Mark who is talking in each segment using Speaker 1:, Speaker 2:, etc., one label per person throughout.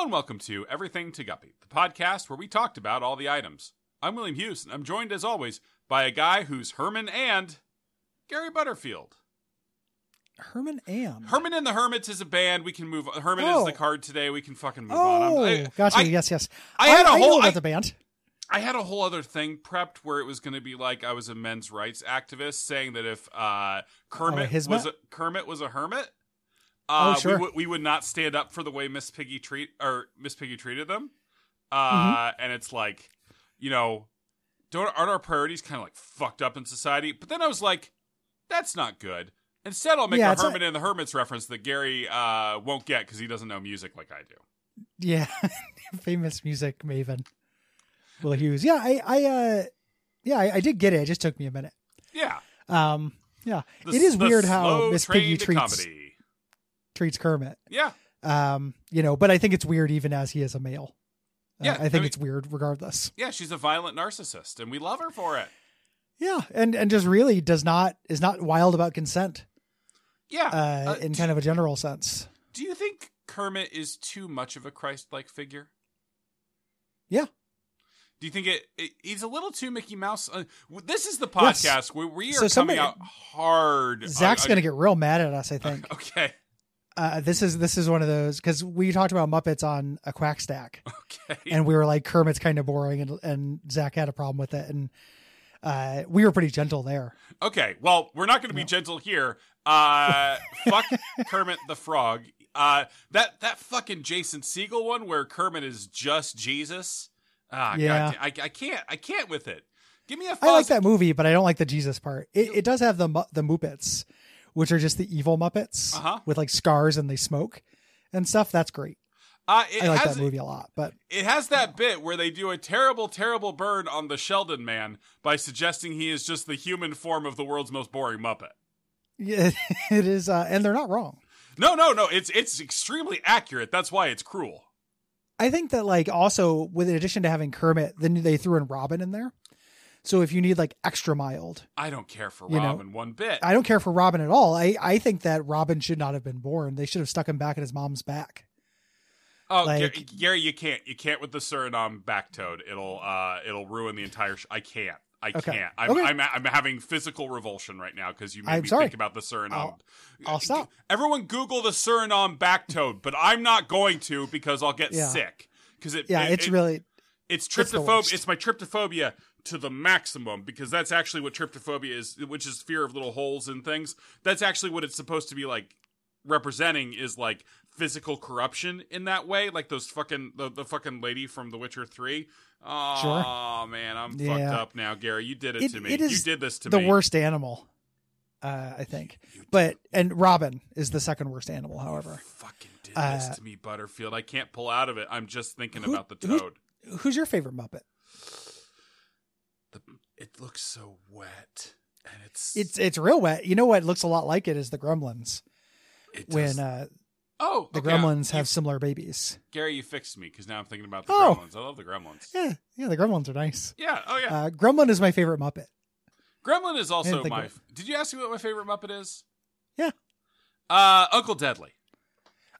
Speaker 1: and welcome to Everything to Guppy, the podcast where we talked about all the items. I'm William Hughes, and I'm joined as always by a guy who's Herman and Gary Butterfield.
Speaker 2: Herman and
Speaker 1: Herman and the Hermits is a band. We can move. Herman
Speaker 2: Oh.
Speaker 1: is the card today. We can fucking move on.
Speaker 2: Oh,
Speaker 1: I'm- I-
Speaker 2: gotcha.
Speaker 1: I-
Speaker 2: yes, yes.
Speaker 1: I had
Speaker 2: a
Speaker 1: a
Speaker 2: know
Speaker 1: whole-
Speaker 2: about
Speaker 1: I-
Speaker 2: the band.
Speaker 1: I had a whole other thing prepped where it was going to be like I was a men's rights activist saying that if uh, Kermit
Speaker 2: his
Speaker 1: was
Speaker 2: ma-
Speaker 1: a, Kermit was a hermit, uh,
Speaker 2: Oh, sure.
Speaker 1: we, would we would not stand up for the way Miss Piggy treat or Miss Piggy treated them. Uh,
Speaker 2: Mm-hmm.
Speaker 1: And it's like, you know, don't aren't our priorities kind of like fucked up in society? But then I was like, that's not good. Instead, I'll make
Speaker 2: Yeah,
Speaker 1: a
Speaker 2: it's
Speaker 1: Hermit and the Hermits reference that Gary uh, won't get because he doesn't know music like I do.
Speaker 2: Yeah, famous music maven. Will Hughes. Yeah, I, I, uh, yeah, I, I did get it. It just took me a minute.
Speaker 1: Yeah,
Speaker 2: Um, yeah,
Speaker 1: The
Speaker 2: it
Speaker 1: s-
Speaker 2: is
Speaker 1: the
Speaker 2: weird how
Speaker 1: slow
Speaker 2: Miss
Speaker 1: train
Speaker 2: Piggy
Speaker 1: to
Speaker 2: treats
Speaker 1: comedy.
Speaker 2: treats Kermit.
Speaker 1: Yeah,
Speaker 2: Um, you know, but I think it's weird even as he is a male. Uh,
Speaker 1: Yeah,
Speaker 2: I think
Speaker 1: I mean-
Speaker 2: it's weird regardless.
Speaker 1: Yeah, she's a violent narcissist, and we love her for it.
Speaker 2: Yeah, and and just really does not is not wild about consent
Speaker 1: Yeah.
Speaker 2: uh,
Speaker 1: Uh,
Speaker 2: in kind of a general sense.
Speaker 1: do you think Kermit is too much of a Christ-like figure?
Speaker 2: Yeah.
Speaker 1: Do you think it, it he's a little too Mickey Mouse? Uh, w- this is the podcast where we are
Speaker 2: So
Speaker 1: coming
Speaker 2: somebody-
Speaker 1: out hard. Uh,
Speaker 2: Zach's gonna get real mad at us. I think.
Speaker 1: Okay.
Speaker 2: uh, this is this is one of those because we talked about Muppets on a Quack Stack,
Speaker 1: Okay.
Speaker 2: and we were like Kermit's kind of boring, and and Zach had a problem with it, and uh, we were pretty gentle there.
Speaker 1: Okay. Well, we're not going to be gentle here. Uh, fuck Kermit the Frog. Uh, that that fucking Jason Siegel one where Kermit is just Jesus. Ah,
Speaker 2: Yeah.
Speaker 1: God, I, I can't. I can't with it. Give me a.
Speaker 2: I like
Speaker 1: Fozzie-
Speaker 2: that movie, but I don't like the Jesus part. It, it does have the Mu- the Muppets, which are just the evil Muppets
Speaker 1: Uh-huh.
Speaker 2: with like scars and they smoke and stuff. That's great.
Speaker 1: Uh, it
Speaker 2: I like
Speaker 1: has,
Speaker 2: that movie a lot, but
Speaker 1: It has that bit where they do a terrible, terrible burn on the Sheldon man by suggesting he is just the human form of the world's most boring Muppet.
Speaker 2: yeah, it is, uh, and they're not wrong.
Speaker 1: No, no, no. It's it's extremely accurate. That's why it's cruel.
Speaker 2: I think that like also with in addition to having Kermit, then they threw in Robin in there. So if you need like extra mild,
Speaker 1: I don't care for
Speaker 2: You know,
Speaker 1: Robin one bit.
Speaker 2: I don't care for Robin at all. I, I think that Robin should not have been born. They should have stuck him back at his mom's back.
Speaker 1: oh,
Speaker 2: like-
Speaker 1: Gary, Gary, you can't. You can't with the Suriname back toad. It'll uh, it'll ruin the entire. Sh- I can't. I
Speaker 2: Okay.
Speaker 1: can't. I'm,
Speaker 2: Okay.
Speaker 1: I'm I'm having physical revulsion right now because you made
Speaker 2: I'm
Speaker 1: me
Speaker 2: sorry. Oh,
Speaker 1: think about the Suriname.
Speaker 2: I'll- I'll stop.
Speaker 1: Everyone Google the Suriname back toad, but I'm not going to because I'll get
Speaker 2: Yeah.
Speaker 1: sick. Because it,
Speaker 2: Yeah,
Speaker 1: it-
Speaker 2: it's
Speaker 1: it-
Speaker 2: really
Speaker 1: it's
Speaker 2: It's the
Speaker 1: tryptophobia. It's,
Speaker 2: worst.
Speaker 1: my tryptophobia to the maximum because that's actually what tryptophobia is, which is fear of little holes and things. That's actually what it's supposed to be like representing is like physical corruption in that way, like those fucking the, the fucking lady from The Witcher Three. Oh man, I'm
Speaker 2: Yeah.
Speaker 1: fucked up now, Gary. You did it,
Speaker 2: It-
Speaker 1: to me.
Speaker 2: it
Speaker 1: you
Speaker 2: is
Speaker 1: did this to
Speaker 2: the
Speaker 1: me.
Speaker 2: worst animal, uh, I think. But and Robin is the second worst animal. However,
Speaker 1: Fucking did
Speaker 2: Uh,
Speaker 1: this to me, Butterfield. I can't pull out of it. I'm just thinking
Speaker 2: Who-
Speaker 1: about the
Speaker 2: who-
Speaker 1: toad.
Speaker 2: who's your favorite Muppet?
Speaker 1: The, it looks so wet, and it's
Speaker 2: It's it's real wet. You know what looks a lot like it is the Gremlins
Speaker 1: it does-
Speaker 2: when uh,
Speaker 1: oh
Speaker 2: the
Speaker 1: okay.
Speaker 2: Gremlins
Speaker 1: You
Speaker 2: have similar babies.
Speaker 1: Gary, you fixed me because now I'm thinking about the
Speaker 2: Oh.
Speaker 1: Gremlins. I love the Gremlins. Yeah.
Speaker 2: Yeah, yeah, the Gremlins are nice.
Speaker 1: Oh yeah.
Speaker 2: Uh, Gremlin is my favorite Muppet.
Speaker 1: Gremlin is
Speaker 2: I
Speaker 1: also
Speaker 2: didn't think
Speaker 1: my.
Speaker 2: of
Speaker 1: Did you ask me what my favorite Muppet is?
Speaker 2: Yeah.
Speaker 1: Uh, Uncle Deadly.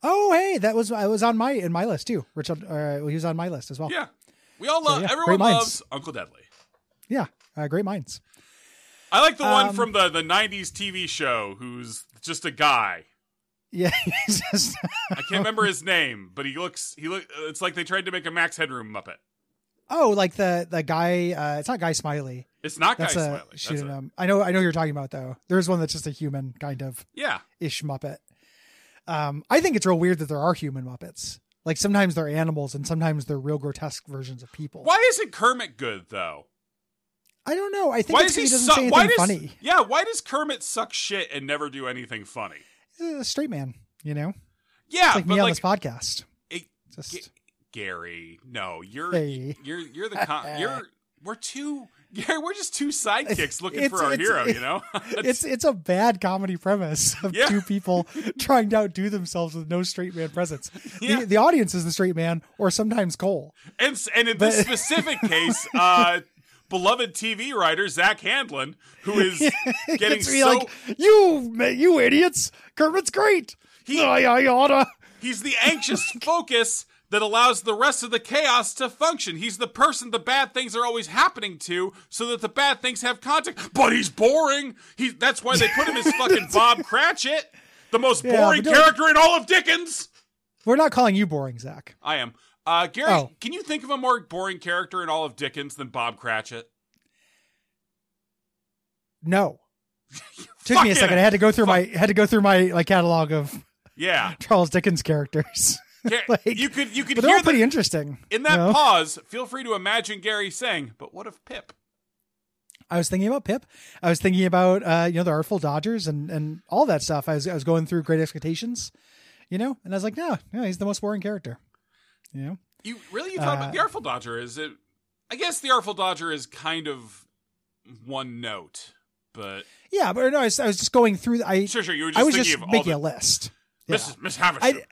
Speaker 2: Oh hey, that was I was on my in my list too. Richard, uh, he was on my list as well.
Speaker 1: Yeah. We all
Speaker 2: So,
Speaker 1: love.
Speaker 2: yeah,
Speaker 1: Everyone
Speaker 2: great minds.
Speaker 1: loves Uncle Deadly.
Speaker 2: yeah, uh, great minds.
Speaker 1: I like the one
Speaker 2: Um,
Speaker 1: from the the '90s TV show who's just a guy.
Speaker 2: Yeah, he's just
Speaker 1: I can't remember his name, but he looks. He look. It's like they tried to make a Max Headroom Muppet.
Speaker 2: Oh, like the the guy. Uh, it's not Guy Smiley.
Speaker 1: It's not
Speaker 2: That's
Speaker 1: Guy
Speaker 2: a
Speaker 1: Smiley. That's
Speaker 2: shoot 'em
Speaker 1: it.
Speaker 2: up. I know. I know who you're talking about though. There's one that's just a human kind of
Speaker 1: Yeah.
Speaker 2: ish Muppet. Um, I think it's real weird that there are human Muppets. Like sometimes they're animals and sometimes they're real grotesque versions of people.
Speaker 1: Why isn't Kermit good though?
Speaker 2: I don't know. I think
Speaker 1: Why
Speaker 2: it's
Speaker 1: does
Speaker 2: 'cause he doesn't
Speaker 1: suck?
Speaker 2: say anything
Speaker 1: why does
Speaker 2: funny.
Speaker 1: yeah? Why does Kermit suck shit and never do anything funny?
Speaker 2: He's a straight man, you know,
Speaker 1: Yeah,
Speaker 2: like
Speaker 1: but
Speaker 2: me on
Speaker 1: like
Speaker 2: this podcast.
Speaker 1: it-
Speaker 2: Just
Speaker 1: G- Gary, no, you're
Speaker 2: Hey.
Speaker 1: you're you're the con- you're we're two Gary, we're just two sidekicks looking
Speaker 2: It's-
Speaker 1: for our
Speaker 2: it's-
Speaker 1: hero,
Speaker 2: it-
Speaker 1: you know.
Speaker 2: it's it's a bad comedy premise of
Speaker 1: Yeah.
Speaker 2: two people trying to outdo themselves with no straight man presence.
Speaker 1: Yeah.
Speaker 2: The, the audience is the straight man, or sometimes Cole.
Speaker 1: and s- and in this
Speaker 2: but-
Speaker 1: specific case, uh beloved TV writer Zach Handlin, who is getting
Speaker 2: Gets me
Speaker 1: so
Speaker 2: like you, ma- you idiots. Kermit's great.
Speaker 1: He-
Speaker 2: I, I oughta.
Speaker 1: he's the anxious focus that allows the rest of the chaos to function. He's the person the bad things are always happening to, so that the bad things have context. But he's boring. He that's why they put him as fucking Bob Cratchit, the most
Speaker 2: Yeah,
Speaker 1: boring
Speaker 2: but don't-
Speaker 1: character in all of Dickens.
Speaker 2: We're not calling you boring, Zach.
Speaker 1: I am. Uh, Gary,
Speaker 2: Oh.
Speaker 1: can you think of a more boring character in all of Dickens than Bob Cratchit?
Speaker 2: No. Took me
Speaker 1: Fucking-
Speaker 2: a second. I had to go through my had to go through my like catalog of
Speaker 1: Yeah,
Speaker 2: Charles Dickens characters.
Speaker 1: Ca-
Speaker 2: Like,
Speaker 1: you could you could
Speaker 2: But they're
Speaker 1: hear
Speaker 2: all
Speaker 1: the
Speaker 2: pretty interesting.
Speaker 1: In that
Speaker 2: you know?
Speaker 1: pause, feel free to imagine Gary saying, "But what if Pip?"
Speaker 2: I was thinking about Pip. I was thinking about uh, you know the Artful Dodgers and and all that stuff. I was I was going through Great Expectations, you know, and I was like, no, no, he's the most boring character. You know,
Speaker 1: You really you thought
Speaker 2: Uh,
Speaker 1: about the Artful Dodger? Is it? I guess the Artful Dodger is kind of one note, but
Speaker 2: yeah, but no, I was, I was just going through. the- I
Speaker 1: sure, sure. You were just
Speaker 2: I was
Speaker 1: thinking
Speaker 2: just
Speaker 1: of all
Speaker 2: making
Speaker 1: the
Speaker 2: a list. Yeah.
Speaker 1: Miss Miss Havisham.
Speaker 2: I-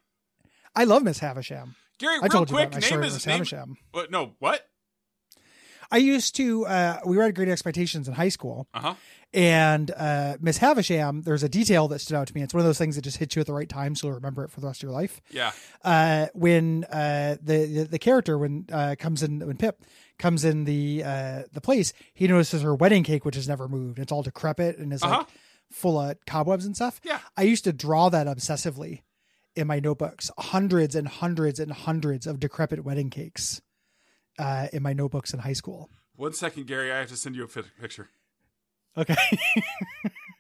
Speaker 2: I love Miss Havisham.
Speaker 1: Gary,
Speaker 2: I
Speaker 1: real
Speaker 2: told you
Speaker 1: quick,
Speaker 2: about my
Speaker 1: name
Speaker 2: story with
Speaker 1: is
Speaker 2: Miss
Speaker 1: name.
Speaker 2: Havisham.
Speaker 1: What, no, what?
Speaker 2: I used to uh, we read Great Expectations in high school,
Speaker 1: Uh huh.
Speaker 2: and uh, Miss Havisham. There's a detail that stood out to me. It's one of those things that just hits you at the right time, so you'll remember it for the rest of your life.
Speaker 1: Yeah.
Speaker 2: uh, when uh, the, the the character when uh, comes in when Pip comes in the uh, the place, he notices her wedding cake, which has never moved. It's all decrepit and is
Speaker 1: Uh-huh.
Speaker 2: like full of cobwebs and stuff.
Speaker 1: Yeah.
Speaker 2: I used to draw that obsessively in my notebooks, hundreds and hundreds and hundreds of decrepit wedding cakes uh, in my notebooks in high school.
Speaker 1: One second, Gary. I have to send you a fi- picture.
Speaker 2: Okay,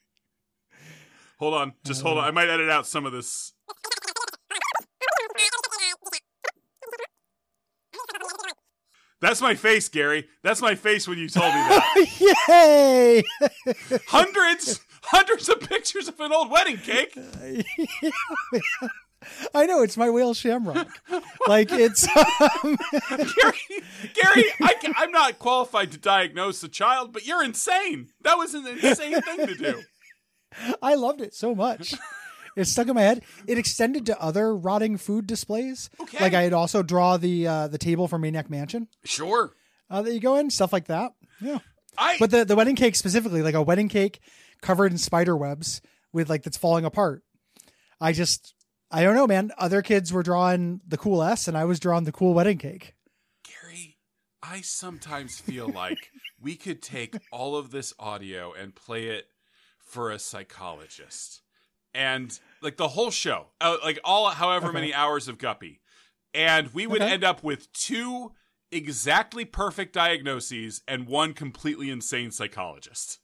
Speaker 1: Hold on. Just hold
Speaker 2: Uh.
Speaker 1: on. I might edit out some of this. That's my face, Gary. That's my face when you told me that.
Speaker 2: yay!
Speaker 1: hundreds, hundreds of pictures of an old wedding cake.
Speaker 2: I know it's my whale shamrock. like it's um,
Speaker 1: Gary, Gary, I, am not qualified to diagnose the child, but you're insane. That was an insane thing to do.
Speaker 2: I loved it so much. It stuck in my head. It extended to other rotting food displays.
Speaker 1: Okay.
Speaker 2: Like I'd also draw the uh, the table for Maniac Mansion
Speaker 1: Sure.
Speaker 2: uh, that you go in, stuff like that. Yeah.
Speaker 1: I
Speaker 2: But the the wedding cake specifically, like a wedding cake covered in spider webs with like that's falling apart. I just I don't know, man. Other kids were drawing the cool S and I was drawing the cool wedding cake.
Speaker 1: Gary, I sometimes feel like we could take all of this audio and play it for a psychologist. And like the whole show, uh, like all however
Speaker 2: Okay.
Speaker 1: many hours of Guppy. And we would
Speaker 2: Okay.
Speaker 1: end up with two exactly perfect diagnoses and one completely insane psychologist.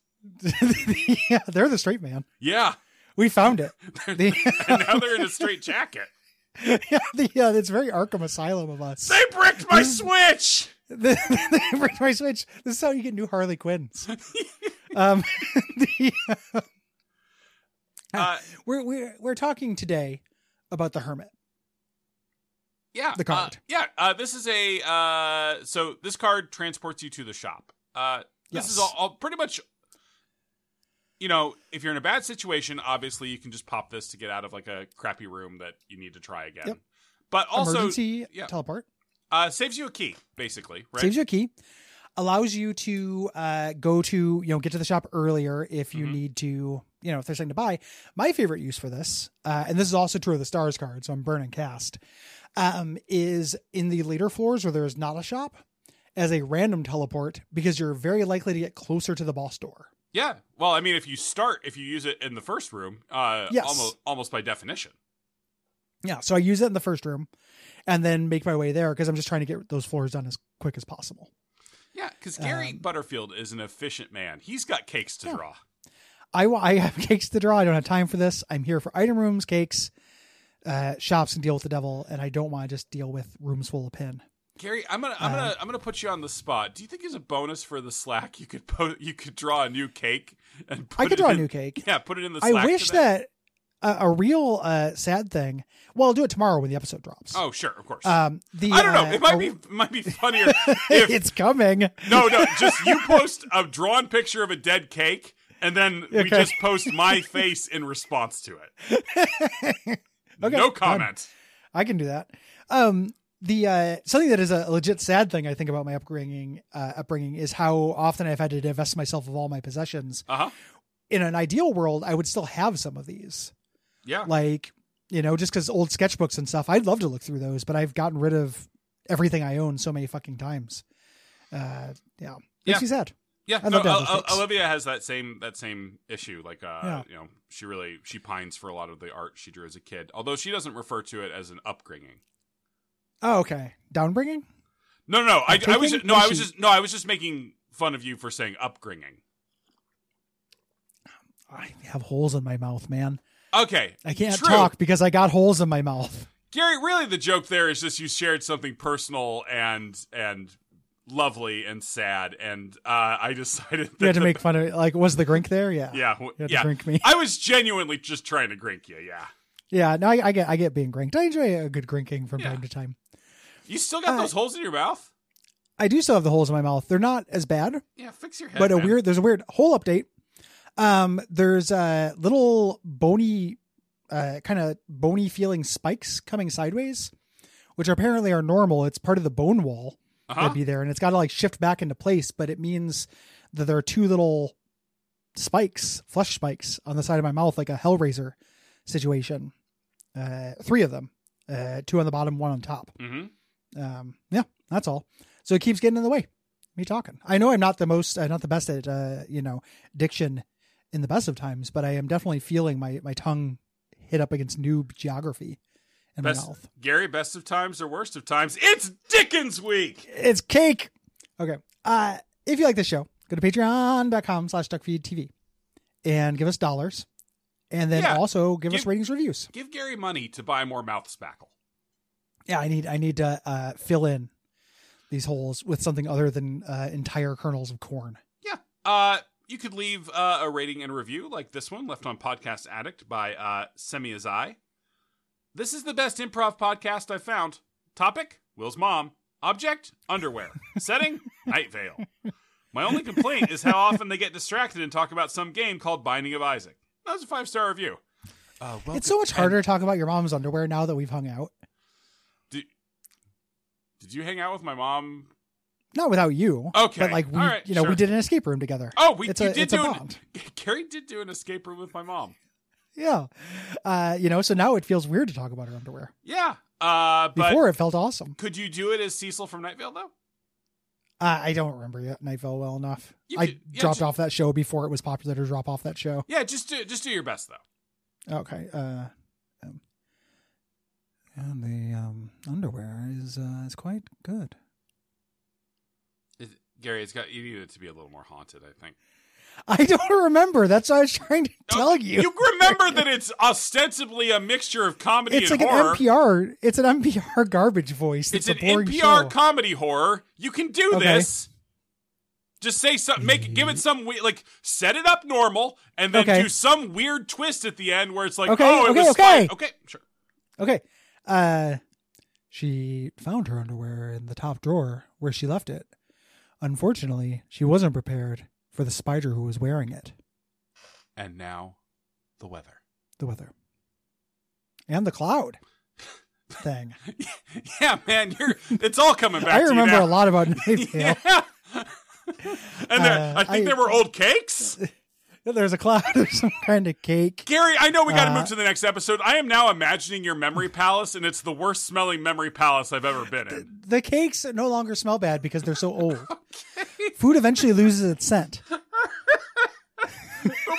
Speaker 2: yeah, they're the straight man.
Speaker 1: Yeah.
Speaker 2: We found it. The,
Speaker 1: And now they're in a straight jacket.
Speaker 2: yeah, the, yeah, it's very Arkham Asylum of us.
Speaker 1: They bricked my Switch!
Speaker 2: the, the Break my switch. This is how you get new Harley Quinns. um, the,
Speaker 1: Uh,
Speaker 2: we're we're we're talking today about the Hermit.
Speaker 1: yeah.
Speaker 2: The card.
Speaker 1: Uh, yeah. Uh, this is a. Uh, so this card transports you to the shop. Uh, this
Speaker 2: Yes.
Speaker 1: is all, all pretty much. You know, if you're in a bad situation, obviously you can just pop this to get out of like a crappy room that you need to try again.
Speaker 2: Yep.
Speaker 1: But also,
Speaker 2: Emergency
Speaker 1: yeah.
Speaker 2: teleport
Speaker 1: uh, saves you a key, basically, right?
Speaker 2: saves you a key, allows you to uh, go to you know get to the shop earlier if you
Speaker 1: Mhm.
Speaker 2: need to you know if there's something to buy. My favorite use for this, uh, and this is also true of the Stars card, so I'm burning cast, um, is in the later floors where there is not a shop as a random teleport because you're very likely to get closer to the boss door.
Speaker 1: yeah. Well, I mean, if you start, if you use it in the first room, uh,
Speaker 2: Yes.
Speaker 1: almost, almost by definition.
Speaker 2: Yeah, so I use it in the first room and then make my way there because I'm just trying to get those floors done as quick as possible.
Speaker 1: Yeah, because Gary
Speaker 2: Um,
Speaker 1: Butterfield is an efficient man. He's got cakes to
Speaker 2: Yeah.
Speaker 1: draw.
Speaker 2: I, wa- I have cakes to draw. I don't have time for this. I'm here for item rooms, cakes, uh, shops, and deal with the devil. And I don't want to just deal with rooms full of pin.
Speaker 1: Gary, I'm gonna, I'm
Speaker 2: Uh,
Speaker 1: gonna, I'm gonna put you on the spot. Do you think as a bonus for the Slack, you could, po- you could draw a new cake and put
Speaker 2: I could
Speaker 1: it
Speaker 2: draw a
Speaker 1: in-
Speaker 2: new cake.
Speaker 1: Yeah, put it in the. Slack
Speaker 2: I wish
Speaker 1: today?
Speaker 2: that a, a real uh, sad thing. Well, I'll do it tomorrow when the episode drops.
Speaker 1: Oh, sure, of course.
Speaker 2: Um, the,
Speaker 1: I don't know.
Speaker 2: uh,
Speaker 1: It might
Speaker 2: a-
Speaker 1: be, it might be funnier if
Speaker 2: it's coming.
Speaker 1: no, no. Just you post a drawn picture of a dead cake, and then we
Speaker 2: Okay.
Speaker 1: just post my face in response to it.
Speaker 2: Okay,
Speaker 1: no
Speaker 2: done.
Speaker 1: comment.
Speaker 2: I can do that. Um, the uh, something that is a legit sad thing I think about my upbringing uh, upbringing is how often I've had to divest myself of all my possessions.
Speaker 1: Uh huh.
Speaker 2: In an ideal world, I would still have some of these,
Speaker 1: Yeah.
Speaker 2: like you know, just because old sketchbooks and stuff. I'd love to look through those, but I've gotten rid of everything I own so many fucking times. Uh, yeah,
Speaker 1: Yeah.
Speaker 2: makes me sad.
Speaker 1: Yeah,
Speaker 2: I
Speaker 1: no,
Speaker 2: love Dazzle
Speaker 1: O- O-
Speaker 2: Sticks.
Speaker 1: Olivia has that same that same issue. Like, uh,
Speaker 2: Yeah.
Speaker 1: you know, she really she pines for a lot of the art she drew as a kid. Although she doesn't refer to it as an upbringing.
Speaker 2: Oh, okay. Downbringing?
Speaker 1: No, no, no. I, I was
Speaker 2: Upbringing?
Speaker 1: no,
Speaker 2: Or
Speaker 1: I was
Speaker 2: she-
Speaker 1: just no, I was just making fun of you for saying upbringing.
Speaker 2: I have holes in my mouth, man.
Speaker 1: Okay,
Speaker 2: I can't
Speaker 1: True.
Speaker 2: talk because I got holes in my mouth.
Speaker 1: Gary. Really, the joke there is just you shared something personal and and lovely and sad, and uh, I decided that
Speaker 2: You had to
Speaker 1: the-
Speaker 2: make fun of it. Like, was the grink there? Yeah.
Speaker 1: yeah, w-
Speaker 2: You had
Speaker 1: yeah.
Speaker 2: to grink me.
Speaker 1: I was genuinely just trying to grink you. Yeah,
Speaker 2: Yeah. No, I, I get I get being grinked. I enjoy a good grinking from
Speaker 1: Yeah.
Speaker 2: time to time.
Speaker 1: you still got
Speaker 2: Uh,
Speaker 1: those holes in your mouth.
Speaker 2: I do still have the holes in my mouth. They're not as bad,
Speaker 1: Yeah, fix your head.
Speaker 2: but a
Speaker 1: man.
Speaker 2: weird there's a weird hole update. Um, there's uh little bony, uh, kind of bony feeling spikes coming sideways, which apparently are normal. It's part of the bone wall
Speaker 1: Uh-huh.
Speaker 2: that'd be there, and it's got to like shift back into place. But it means that there are two little spikes, flesh spikes, on the side of my mouth, like a Hellraiser situation. Uh, three of them, uh, two on the bottom, one on top.
Speaker 1: Mm-hmm.
Speaker 2: um, yeah, that's all. So it keeps getting in the way. Me talking. I know I'm not the most, uh, not the best at, uh, you know, diction in the best of times, but I am definitely feeling my my tongue hit up against new geography in
Speaker 1: Best-
Speaker 2: my mouth.
Speaker 1: Gary, best of times or worst of times? It's Dickens Week.
Speaker 2: It's cake. Okay. Uh, if you like this show, go to patreon.com slash duckfeedtv and give us dollars. And then
Speaker 1: Yeah.
Speaker 2: also give us
Speaker 1: Give-
Speaker 2: ratings reviews.
Speaker 1: Give Gary money to buy more mouth spackle.
Speaker 2: Yeah, I need I need to uh, fill in these holes with something other than uh, entire kernels of corn.
Speaker 1: Yeah. Uh, you could leave uh, a rating and review like this one left on Podcast Addict by uh, Semi as I. This is the best improv podcast I found. Topic: Will's mom. Object: Underwear. Setting: Night Vale. My only complaint is how often they get distracted and talk about some game called Binding of Isaac. That was a five star review. Uh,
Speaker 2: It's so much
Speaker 1: and-
Speaker 2: harder to talk about your mom's underwear now that we've hung out.
Speaker 1: Did you hang out with my mom?
Speaker 2: Not without you.
Speaker 1: Okay,
Speaker 2: But like we,
Speaker 1: all right,
Speaker 2: you know,
Speaker 1: sure.
Speaker 2: we did an escape room together.
Speaker 1: Oh, we
Speaker 2: it's
Speaker 1: you
Speaker 2: a
Speaker 1: did
Speaker 2: it's
Speaker 1: do
Speaker 2: a
Speaker 1: an-
Speaker 2: bond.
Speaker 1: Carrie did do an escape room with my mom.
Speaker 2: Yeah. Uh, you know, so now it feels weird to talk about her underwear.
Speaker 1: Yeah. Uh, but
Speaker 2: Before it felt awesome.
Speaker 1: could you do it as Cecil from Night Vale though?
Speaker 2: Uh, I don't remember yet Nightville well enough.
Speaker 1: You
Speaker 2: I
Speaker 1: could- yeah,
Speaker 2: dropped
Speaker 1: ju-
Speaker 2: off that show before it was popular to drop off that show.
Speaker 1: Yeah, just do just do your best though.
Speaker 2: Okay. Uh, um, and the um, underwear is uh, is quite good.
Speaker 1: It, Gary, it's got you need it to be a little more haunted. I think.
Speaker 2: I don't remember. That's what I was trying to
Speaker 1: No,
Speaker 2: tell you.
Speaker 1: You remember that it's ostensibly a mixture of comedy
Speaker 2: it's
Speaker 1: and
Speaker 2: like an
Speaker 1: horror.
Speaker 2: NPR. It's an NPR garbage voice.
Speaker 1: it's
Speaker 2: It's,
Speaker 1: an
Speaker 2: a boring
Speaker 1: NPR
Speaker 2: show.
Speaker 1: comedy horror. You can do
Speaker 2: Okay.
Speaker 1: this. Just say something. Make give it some we like set it up normal, and then
Speaker 2: Okay.
Speaker 1: do some weird twist at the end where it's like,
Speaker 2: Okay,
Speaker 1: oh, it
Speaker 2: okay,
Speaker 1: was
Speaker 2: okay.
Speaker 1: spike- okay, sure.
Speaker 2: okay. Uh, she found her underwear in the top drawer where she left it. Unfortunately, she wasn't prepared for the spider who was wearing it.
Speaker 1: And now, the weather.
Speaker 2: The weather and the cloud thing.
Speaker 1: Yeah, man, you're. It's all coming back.
Speaker 2: I
Speaker 1: to you
Speaker 2: remember
Speaker 1: now.
Speaker 2: a lot about Night Vale.
Speaker 1: Yeah. and there,
Speaker 2: Uh,
Speaker 1: I think
Speaker 2: I-
Speaker 1: there were old cakes.
Speaker 2: There's a cloud. There's some kind of cake.
Speaker 1: Gary, I know we got to
Speaker 2: Uh,
Speaker 1: move to the next episode. I am now imagining your memory palace, and it's the worst smelling memory palace I've ever been in.
Speaker 2: The cakes no longer smell bad because they're so old. Food eventually loses its scent.
Speaker 1: But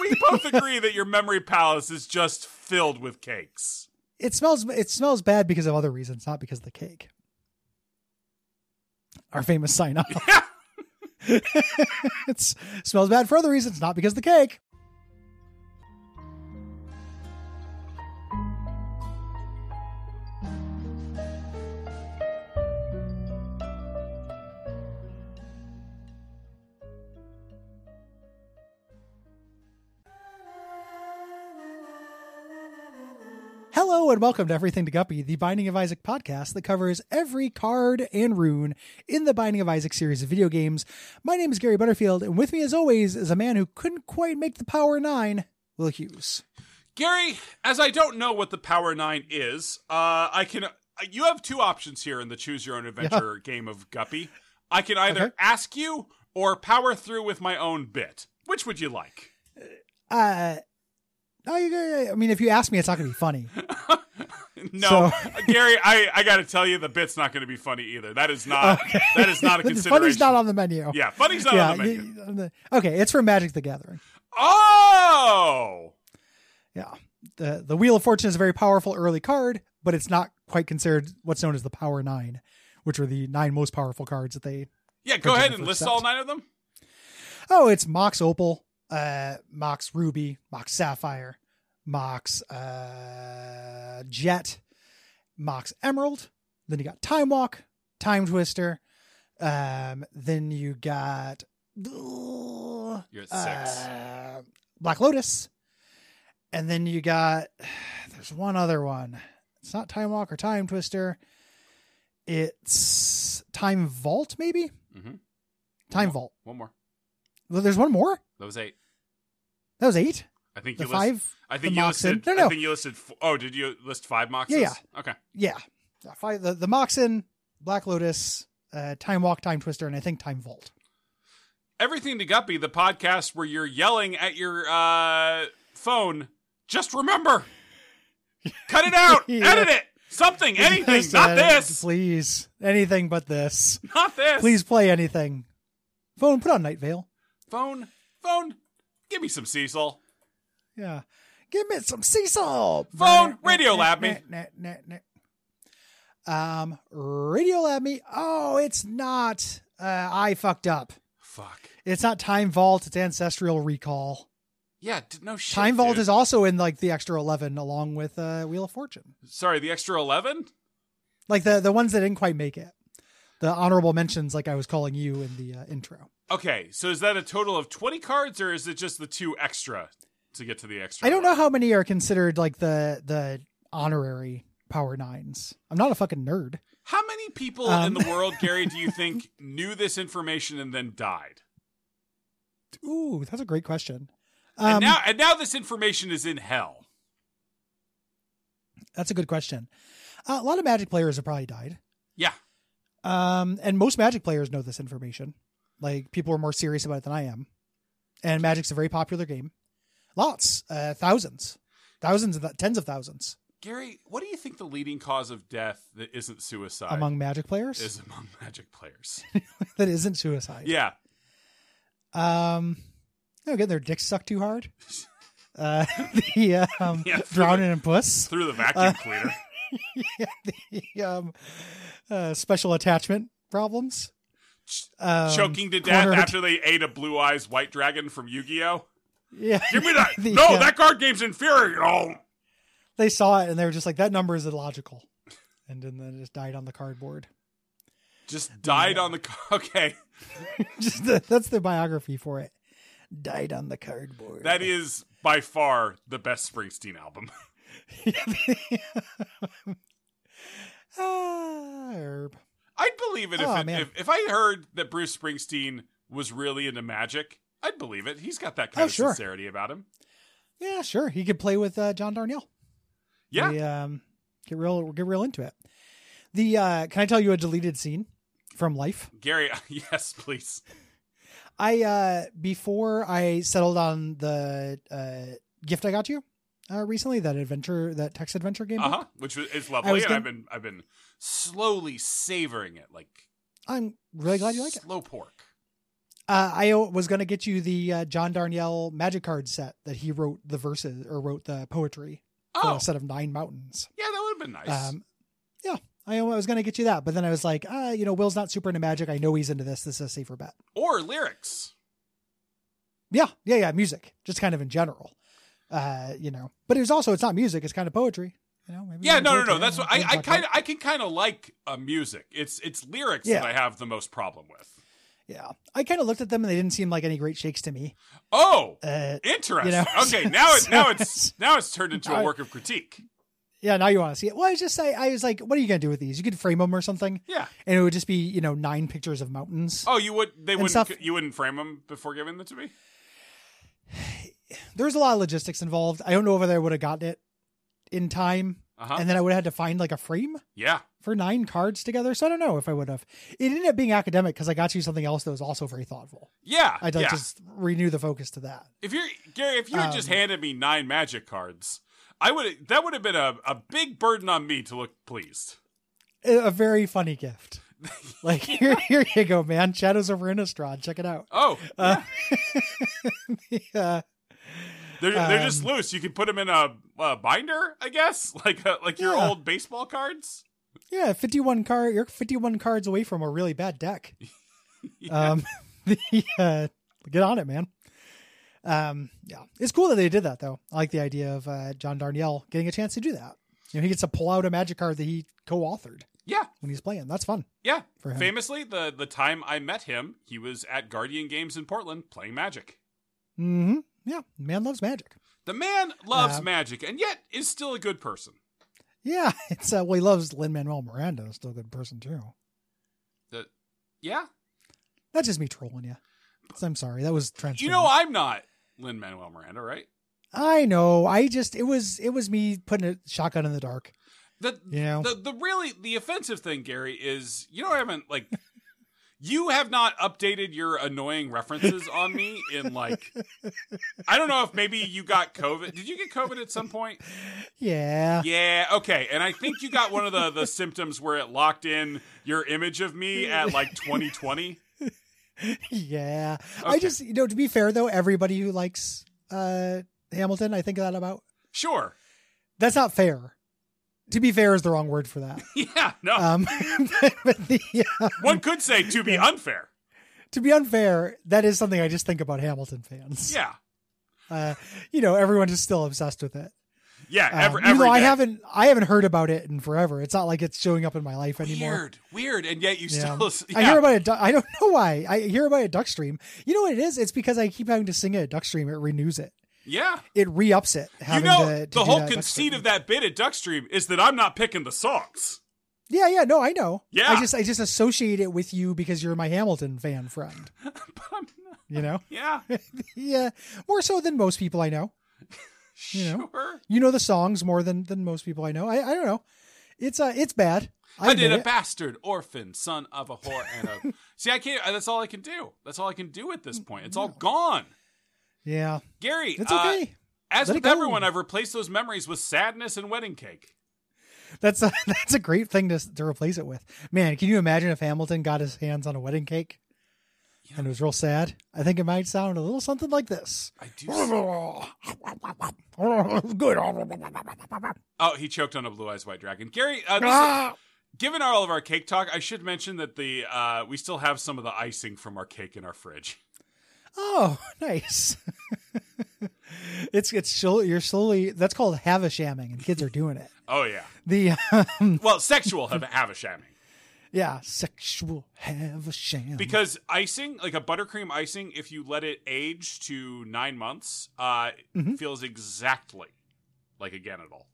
Speaker 1: we both agree that your memory palace is just filled with cakes.
Speaker 2: it smells it smells bad because of other reasons, not because of the cake. Our famous sign off.
Speaker 1: Yeah.
Speaker 2: it smells bad for other reasons, not because of the cake. Hello and welcome to Everything to Guppy, the Binding of Isaac podcast that covers every card and rune in the Binding of Isaac series of video games. My name is Gary Butterfield, and with me, as always, is a man who couldn't quite make the power nine, Will Hughes.
Speaker 1: Gary, as I don't know what the Power Nine is, uh, I can. You have two options here in the Choose Your Own Adventure game of Guppy. I can either
Speaker 2: Okay.
Speaker 1: ask you or power through with my own bit. Which would you like?
Speaker 2: Uh, no, you, I mean, if you ask me, it's not going to be funny.
Speaker 1: No,
Speaker 2: So-
Speaker 1: Gary, I, I got to tell you, the bit's not going to be funny either. That is not that is not a consideration.
Speaker 2: Funny's not on the menu.
Speaker 1: yeah, funny's not on the menu.
Speaker 2: y- on the- okay, it's for Magic the Gathering.
Speaker 1: Oh,
Speaker 2: Yeah. The the Wheel of Fortune is a very powerful early card, but it's not quite considered what's known as the Power Nine, which are the nine most powerful cards that they
Speaker 1: yeah. Go
Speaker 2: Which is
Speaker 1: ahead
Speaker 2: the
Speaker 1: and
Speaker 2: first
Speaker 1: list
Speaker 2: set.
Speaker 1: all nine of them.
Speaker 2: Oh, it's Mox Opal, uh Mox Ruby, Mox Sapphire, Mox uh Jet, Mox Emerald, then you got Time Walk, Time Twister, um, then you got You're
Speaker 1: You're at six.
Speaker 2: uh, Black Lotus. And then you got there's one other one. It's not Time Walk or Time Twister. It's Time Vault, maybe?
Speaker 1: Mhm.
Speaker 2: Time Vault.
Speaker 1: One more.
Speaker 2: Well, There's one more?
Speaker 1: That was eight.
Speaker 2: That was eight?
Speaker 1: I think
Speaker 2: The
Speaker 1: you listed.
Speaker 2: five?
Speaker 1: I think
Speaker 2: the
Speaker 1: you
Speaker 2: Moxen?
Speaker 1: listed.
Speaker 2: No, no.
Speaker 1: I think you listed. F- oh, did you list five moxes?
Speaker 2: Yeah,
Speaker 1: Okay.
Speaker 2: Yeah. Yeah, Five, the, the Moxin, Black Lotus, uh, Time Walk, Time Twister, and I think Time Vault.
Speaker 1: Everything to Guppy, the podcast where you're yelling at your uh, phone. Just remember, cut it out,
Speaker 2: Yeah.
Speaker 1: edit it, something, anything,
Speaker 2: Just,
Speaker 1: not
Speaker 2: uh,
Speaker 1: this,
Speaker 2: Please. Anything but this.
Speaker 1: not this.
Speaker 2: Please play anything. Phone, put on Night Vale.
Speaker 1: phone, phone, give me some Cecil.
Speaker 2: Yeah. Give me some seesaw.
Speaker 1: Phone, Radio Lab me.
Speaker 2: Um, Radio Lab me. Oh, it's not. Uh, I fucked up.
Speaker 1: Fuck.
Speaker 2: It's not Time Vault. It's Ancestral Recall.
Speaker 1: Yeah, d- no shit.
Speaker 2: Time Vault
Speaker 1: dude.
Speaker 2: is also in like the extra eleven, along with uh, Wheel of Fortune,
Speaker 1: Sorry, the extra eleven.
Speaker 2: like the the ones that didn't quite make it. The honorable mentions, like I was calling you in the uh, intro.
Speaker 1: Okay, so is that a total of twenty cards, or is it just the two extra to get to the extra?
Speaker 2: I don't know how many are considered like the the honorary Power Nines. I'm not a fucking nerd.
Speaker 1: How many people in
Speaker 2: Um.
Speaker 1: the world, Gary, do you think knew this information and then died?
Speaker 2: Ooh, that's a great question.
Speaker 1: And
Speaker 2: Um,
Speaker 1: now, and now this information is in hell.
Speaker 2: that's a good question. Uh, a lot of Magic players have probably died,
Speaker 1: Yeah,
Speaker 2: um, and most Magic players know this information. Like people are more serious about it than I am, and Magic's a very popular game. Lots, uh, thousands, thousands of th- tens of thousands
Speaker 1: Gary, what do you think the leading cause of death that isn't suicide
Speaker 2: among Magic players.
Speaker 1: is among Magic players?
Speaker 2: that isn't suicide.
Speaker 1: yeah,
Speaker 2: Um, no, getting their dicks sucked too hard. Uh, the um,
Speaker 1: Yeah,
Speaker 2: drowning in puss.
Speaker 1: through the vacuum
Speaker 2: Uh,
Speaker 1: cleaner.
Speaker 2: the um, uh, special attachment problems.
Speaker 1: Ch-
Speaker 2: Um,
Speaker 1: choking to death
Speaker 2: cornered-
Speaker 1: after they ate a blue eyes white dragon from Yu Gi Oh!
Speaker 2: Yeah,
Speaker 1: Give me that!
Speaker 2: The,
Speaker 1: no,
Speaker 2: uh,
Speaker 1: that card game's inferior! Oh,
Speaker 2: they saw it and they were just like, "That number is illogical," and then then it just died on the cardboard.
Speaker 1: just died on the. ca- Okay,
Speaker 2: just the, that's the biography for it. Died on the cardboard.
Speaker 1: that is by far the best Springsteen album.
Speaker 2: ah, herb.
Speaker 1: I'd believe it if,
Speaker 2: Oh,
Speaker 1: it,
Speaker 2: man.
Speaker 1: if if I heard that Bruce Springsteen was really into magic. I'd believe it. He's got that kind
Speaker 2: Oh,
Speaker 1: of
Speaker 2: sure.
Speaker 1: sincerity about him.
Speaker 2: Yeah, sure. He could play with uh, John Darnielle.
Speaker 1: Yeah,
Speaker 2: They, um, get real, get real into it. The uh, can I tell you a deleted scene from Life?
Speaker 1: Gary. Yes, please.
Speaker 2: I uh before I settled on the uh gift I got you uh recently, that adventure that text adventure game.
Speaker 1: Uh huh. Which was, is
Speaker 2: I
Speaker 1: lovely,
Speaker 2: was
Speaker 1: and
Speaker 2: gonna-
Speaker 1: I've been I've been slowly savoring it like
Speaker 2: I'm really glad you like it.
Speaker 1: Slow pork.
Speaker 2: Uh I o- was gonna get you the uh, John Darnielle magic card set that he wrote the verses or wrote the poetry for
Speaker 1: Oh,
Speaker 2: a set of nine mountains.
Speaker 1: yeah, that would have been nice.
Speaker 2: Um yeah. I o- I was gonna get you that, but then I was like, uh, you know, Will's not super into magic. I know he's into this. This is a safer bet.
Speaker 1: or lyrics.
Speaker 2: Yeah, yeah, yeah. Music, just kind of in general, uh, you know. But it was also it's not music; it's kind of poetry. You know, maybe
Speaker 1: Yeah,
Speaker 2: it's
Speaker 1: no, no,
Speaker 2: poetry,
Speaker 1: no. That's
Speaker 2: don't
Speaker 1: what I,
Speaker 2: know,
Speaker 1: I
Speaker 2: talk about
Speaker 1: kind of I can kind of like uh, music. It's it's lyrics
Speaker 2: Yeah.
Speaker 1: that I have the most problem with.
Speaker 2: it. Yeah, I kind of looked at them and they didn't seem like any great shakes to me.
Speaker 1: Oh,
Speaker 2: Uh,
Speaker 1: interesting.
Speaker 2: you know,
Speaker 1: okay, now it
Speaker 2: so
Speaker 1: now it's now it's turned into a
Speaker 2: I-
Speaker 1: work of critique.
Speaker 2: yeah, now you want to see it? Well, I just I, I was like, what are you gonna do with these? You could frame them or something,
Speaker 1: Yeah.
Speaker 2: and it would just be you know nine pictures of mountains.
Speaker 1: Oh, you would they
Speaker 2: And
Speaker 1: wouldn't
Speaker 2: stuff-
Speaker 1: you wouldn't frame them before giving them to me?
Speaker 2: There's a lot of logistics involved. I don't know whether I would have gotten it in time,
Speaker 1: Uh huh.
Speaker 2: and then I would have had to find like a frame.
Speaker 1: Yeah.
Speaker 2: For nine cards together, so I don't know if I would have. It ended up being academic because I got you something else that was also very thoughtful.
Speaker 1: Yeah.
Speaker 2: I'd like
Speaker 1: yeah.
Speaker 2: to just renew the focus to that.
Speaker 1: If you're Gary, if you had just
Speaker 2: Um,
Speaker 1: handed me nine magic cards, I would that would have been a, a big burden on me to look pleased.
Speaker 2: A very funny gift. Like here, here you go, man. Shadows over Innistrad. Check it out.
Speaker 1: Oh,
Speaker 2: Uh, the, uh,
Speaker 1: they're they're just
Speaker 2: um,
Speaker 1: loose. You could put them in a, a binder, I guess, like uh like your
Speaker 2: Yeah.
Speaker 1: old baseball cards.
Speaker 2: yeah, fifty-one card. You're fifty-one cards away from a really bad deck.
Speaker 1: Yeah.
Speaker 2: Um, the, uh, get on it, man. Um, yeah, it's cool that they did that though. I like the idea of uh, John Darnielle getting a chance to do that. You know, he gets to pull out a magic card that he co-authored
Speaker 1: yeah,
Speaker 2: when he's playing. That's fun
Speaker 1: yeah.
Speaker 2: for him.
Speaker 1: Famously, the the time I met him, he was at Guardian Games in Portland playing Magic.
Speaker 2: hmm Yeah, man loves magic.
Speaker 1: The man loves
Speaker 2: Uh,
Speaker 1: magic and yet is still a good person.
Speaker 2: Yeah, it's uh, well, he loves Lin Manuel Miranda. Is still a good person too.
Speaker 1: The, yeah,
Speaker 2: That's just me trolling you. So I'm sorry. That was transparent.
Speaker 1: you know I'm not Lin Manuel Miranda, right?
Speaker 2: I know. I just it was it was me putting a shotgun in the dark.
Speaker 1: The
Speaker 2: You know.
Speaker 1: the the really the offensive thing, Gary, is you know I haven't like you have not updated your annoying references on me in like I don't know if maybe you got COVID. Did you get COVID at some point?
Speaker 2: yeah.
Speaker 1: Yeah, okay. And I think you got one of the the symptoms where it locked in your image of me at like 2020.
Speaker 2: Yeah. I
Speaker 1: Okay.
Speaker 2: just you know to be fair though, everybody who likes uh Hamilton, I think that about.
Speaker 1: Sure.
Speaker 2: That's not fair. To be fair is the wrong word for that.
Speaker 1: Yeah, no.
Speaker 2: Um, but, but the, uh,
Speaker 1: one could say to be unfair.
Speaker 2: to be unfair, that is something I just think about Hamilton fans.
Speaker 1: Yeah.
Speaker 2: Uh, you know, everyone is still obsessed with it.
Speaker 1: Yeah,
Speaker 2: Um,
Speaker 1: every,
Speaker 2: even
Speaker 1: every
Speaker 2: though I
Speaker 1: day.
Speaker 2: haven't, I haven't heard about it in forever. It's not like it's showing up in my life anymore.
Speaker 1: Weird, weird, and yet you
Speaker 2: Yeah.
Speaker 1: still.
Speaker 2: I hear
Speaker 1: yeah.
Speaker 2: about it. I don't know why. I hear about it duck stream. You know what it is? It's because I keep having to sing it at duck stream. It renews it.
Speaker 1: yeah.
Speaker 2: It re ups it.
Speaker 1: You
Speaker 2: having
Speaker 1: know,
Speaker 2: to- to
Speaker 1: the
Speaker 2: do
Speaker 1: whole
Speaker 2: that at Duck
Speaker 1: conceit
Speaker 2: Stream.
Speaker 1: of that bit at Duckstream is that I'm not picking the songs.
Speaker 2: Yeah, yeah. No, I know.
Speaker 1: Yeah.
Speaker 2: I just, I just associate it with you because you're my Hamilton fan friend.
Speaker 1: I'm
Speaker 2: You know.
Speaker 1: Yeah,
Speaker 2: yeah. More so than most people I know. You know.
Speaker 1: sure.
Speaker 2: You know the songs more than than most people I know. I, I don't know. It's uh, it's bad. I,
Speaker 1: I,
Speaker 2: admit
Speaker 1: did a
Speaker 2: it.
Speaker 1: bastard orphan, son of a whore, and a. See, I can't. uh, That's all I can do. That's all I can do at this point. It's all gone.
Speaker 2: Yeah.
Speaker 1: Gary,
Speaker 2: It's
Speaker 1: uh,
Speaker 2: okay.
Speaker 1: as
Speaker 2: Let it
Speaker 1: with
Speaker 2: go.
Speaker 1: everyone, I've replaced those memories with sadness and wedding cake.
Speaker 2: That's a, that's a great thing to to replace it with. Man, can you imagine if Hamilton got his hands on a wedding cake? And it was real sad. I think it might sound a little something like this.
Speaker 1: I do.
Speaker 2: Good.
Speaker 1: oh, he choked on a blue eyes white dragon. Gary, uh, this-
Speaker 2: Ah!
Speaker 1: given all of our cake talk, I should mention that the uh, we still have some of the icing from our cake in our fridge.
Speaker 2: Oh, nice. it's it's slowly, you're slowly. That's called havishamming, and kids are doing it.
Speaker 1: Oh yeah.
Speaker 2: The
Speaker 1: Well, sexual have havisham.
Speaker 2: yeah, sexual havisham.
Speaker 1: Because icing, like a buttercream icing, if you let it age to nine months, uh, it feels exactly like a Ganadol.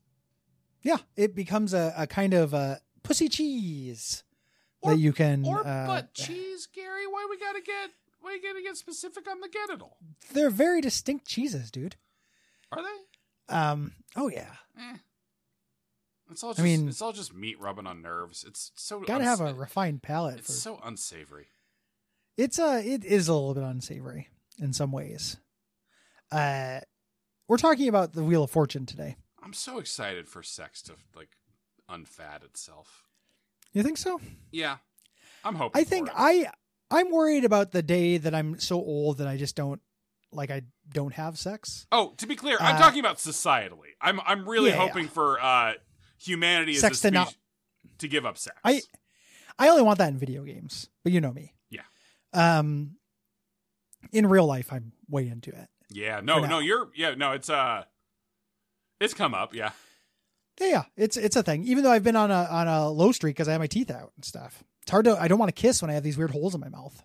Speaker 2: yeah, it becomes a, a kind of a pussy cheese
Speaker 1: Or-
Speaker 2: that you can
Speaker 1: Or
Speaker 2: uh,
Speaker 1: butt cheese, Gary. Why we gotta get? Why you gotta get specific on the Ganadol?
Speaker 2: they're very distinct cheeses, dude.
Speaker 1: Are they?
Speaker 2: Um, oh yeah,
Speaker 1: Eh. It's all. Just,
Speaker 2: I mean-
Speaker 1: it's all just meat rubbing on nerves. It's so
Speaker 2: gotta
Speaker 1: uns-
Speaker 2: have a refined palate. For,
Speaker 1: It's so unsavory.
Speaker 2: it's uh it is a little bit unsavory in some ways. Uh, we're talking about the Wheel of Fortune today.
Speaker 1: I'm so excited for sex to like unfad itself.
Speaker 2: You think so?
Speaker 1: Yeah, I'm hoping.
Speaker 2: I think
Speaker 1: for it.
Speaker 2: I I'm worried about the day that I'm so old that I just don't like I don't have sex.
Speaker 1: Oh, to be clear, I'm
Speaker 2: Uh,
Speaker 1: talking about societally. I'm I'm really
Speaker 2: Yeah,
Speaker 1: hoping for uh humanity as
Speaker 2: Sex
Speaker 1: a
Speaker 2: to not-
Speaker 1: species to give up sex.
Speaker 2: I- I only want that in video games, but you know me.
Speaker 1: Yeah.
Speaker 2: Um, in real life, I'm way into it.
Speaker 1: yeah, no,
Speaker 2: for now.
Speaker 1: no, you're yeah, no, it's uh it's come up, yeah.
Speaker 2: Yeah, yeah, it's it's a thing. Even though I've been on a on a low streak because I have my teeth out and stuff. It's hard to. I don't want to kiss when I have these weird holes in my mouth.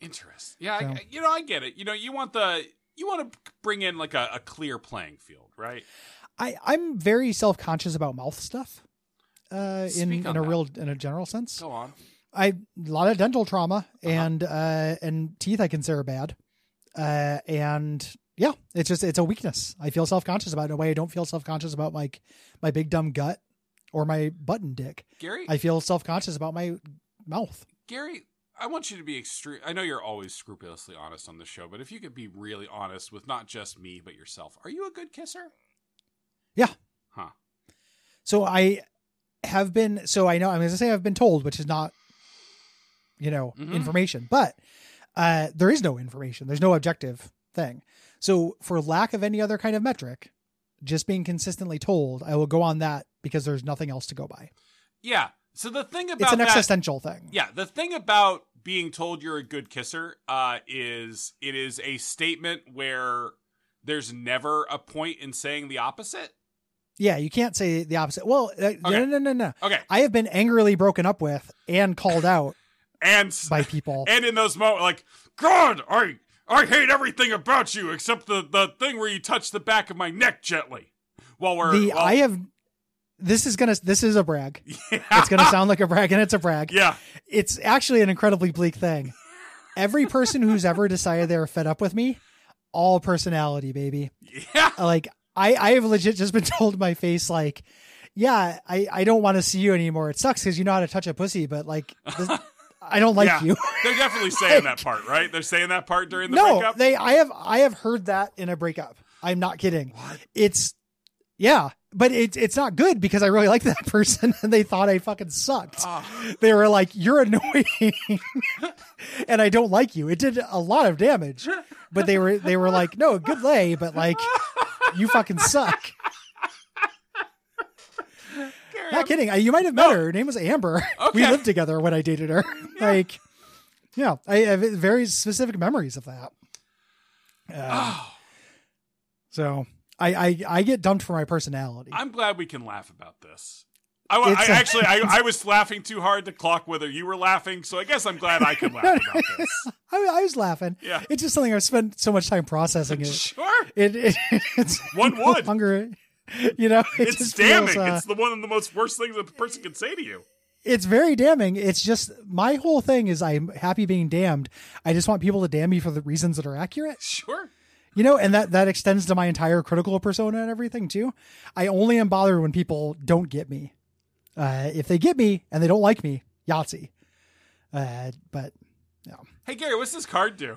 Speaker 1: Interest. Yeah, I,
Speaker 2: So-
Speaker 1: I- you know, I get it. You know, you want the you want to bring in like a, a clear playing field, right?
Speaker 2: I I'm very self conscious about mouth stuff. Uh, in
Speaker 1: Speak
Speaker 2: in a
Speaker 1: on that.
Speaker 2: real in a general sense,
Speaker 1: Go on.
Speaker 2: I a lot of dental trauma
Speaker 1: Uh-huh.
Speaker 2: and uh and teeth I consider bad. Uh, and yeah, it's just it's a weakness. I feel self conscious about it in a way I don't feel self conscious about my my big dumb gut or my button dick.
Speaker 1: Gary,
Speaker 2: I feel self conscious about my mouth.
Speaker 1: Gary, I want you to be extreme. I know you're always scrupulously honest on the show, but if you could be really honest with not just me but yourself, are you a good kisser?
Speaker 2: Yeah.
Speaker 1: Huh.
Speaker 2: So I have been. So I know. I'm going to say I've been told, which is not, you know,
Speaker 1: Mhm.
Speaker 2: information. But uh, there is no information. There's no objective thing. So for lack of any other kind of metric, just being consistently told, I will go on that because there's nothing else to go by.
Speaker 1: Yeah. So the thing about
Speaker 2: It's an
Speaker 1: that,
Speaker 2: existential thing.
Speaker 1: yeah, the thing about being told you're a good kisser uh, is it is a statement where there's never a point in saying the opposite.
Speaker 2: Yeah, you can't say the opposite. Well, uh, no,
Speaker 1: Okay.
Speaker 2: no, no, no.
Speaker 1: Okay,
Speaker 2: I have been angrily broken up with and called out
Speaker 1: and s-
Speaker 2: by people.
Speaker 1: and in those moments, like God, I I hate everything about you except the the thing where you touch the back of my neck gently while we're
Speaker 2: the
Speaker 1: while-
Speaker 2: I have. This is gonna. This is a brag.
Speaker 1: yeah,
Speaker 2: It's gonna sound like a brag, and it's a brag.
Speaker 1: yeah
Speaker 2: It's actually an incredibly bleak thing. Every person who's ever decided they're fed up with me, all personality, baby.
Speaker 1: yeah
Speaker 2: Like I, I have legit just been told in my face like. Yeah, I, I don't want to see you anymore. It sucks because you know how to touch a pussy, but like, this, I don't like
Speaker 1: Yeah.
Speaker 2: you.
Speaker 1: they're definitely saying that part right they're saying that part during the
Speaker 2: no,
Speaker 1: breakup
Speaker 2: they. I have. I have heard that in a breakup. I'm not kidding. It's, yeah, but it's it's not good because I really liked that person and they thought I fucking sucked.
Speaker 1: Ah.
Speaker 2: They were like, "You're annoying," and I don't like you. It did a lot of damage, but they were they were like, "No, good lay," but like, you fucking suck. Not kidding. I, you might have met her. Her name was Amber. We
Speaker 1: Okay.
Speaker 2: lived together when I dated her. like, yeah, I have very specific memories of that. Uh,
Speaker 1: Oh,
Speaker 2: so I, I I get dumped for my personality.
Speaker 1: I'm glad we can laugh about this. I, wa- I
Speaker 2: It's a-
Speaker 1: actually I, I was laughing too hard to clock whether you were laughing, so I guess I'm glad I could laugh about this.
Speaker 2: I, I was laughing.
Speaker 1: Yeah.
Speaker 2: It's just something I've spent so much time processing. It
Speaker 1: Sure.
Speaker 2: it, it it's
Speaker 1: One
Speaker 2: no
Speaker 1: would.
Speaker 2: longer. You know, it
Speaker 1: It's
Speaker 2: just
Speaker 1: damning.
Speaker 2: feels, uh,
Speaker 1: it's the one of the most worst things that a person can say to you.
Speaker 2: it's very damning. It's just my whole thing is I'm happy being damned. I just want people to damn me for the reasons that are accurate.
Speaker 1: Sure.
Speaker 2: You know, and that that extends to my entire critical persona and everything too. I only am bothered when people don't get me. Uh, if they get me and they don't like me, Yahtzee. Uh, but
Speaker 1: Hey Gary, what's this card do?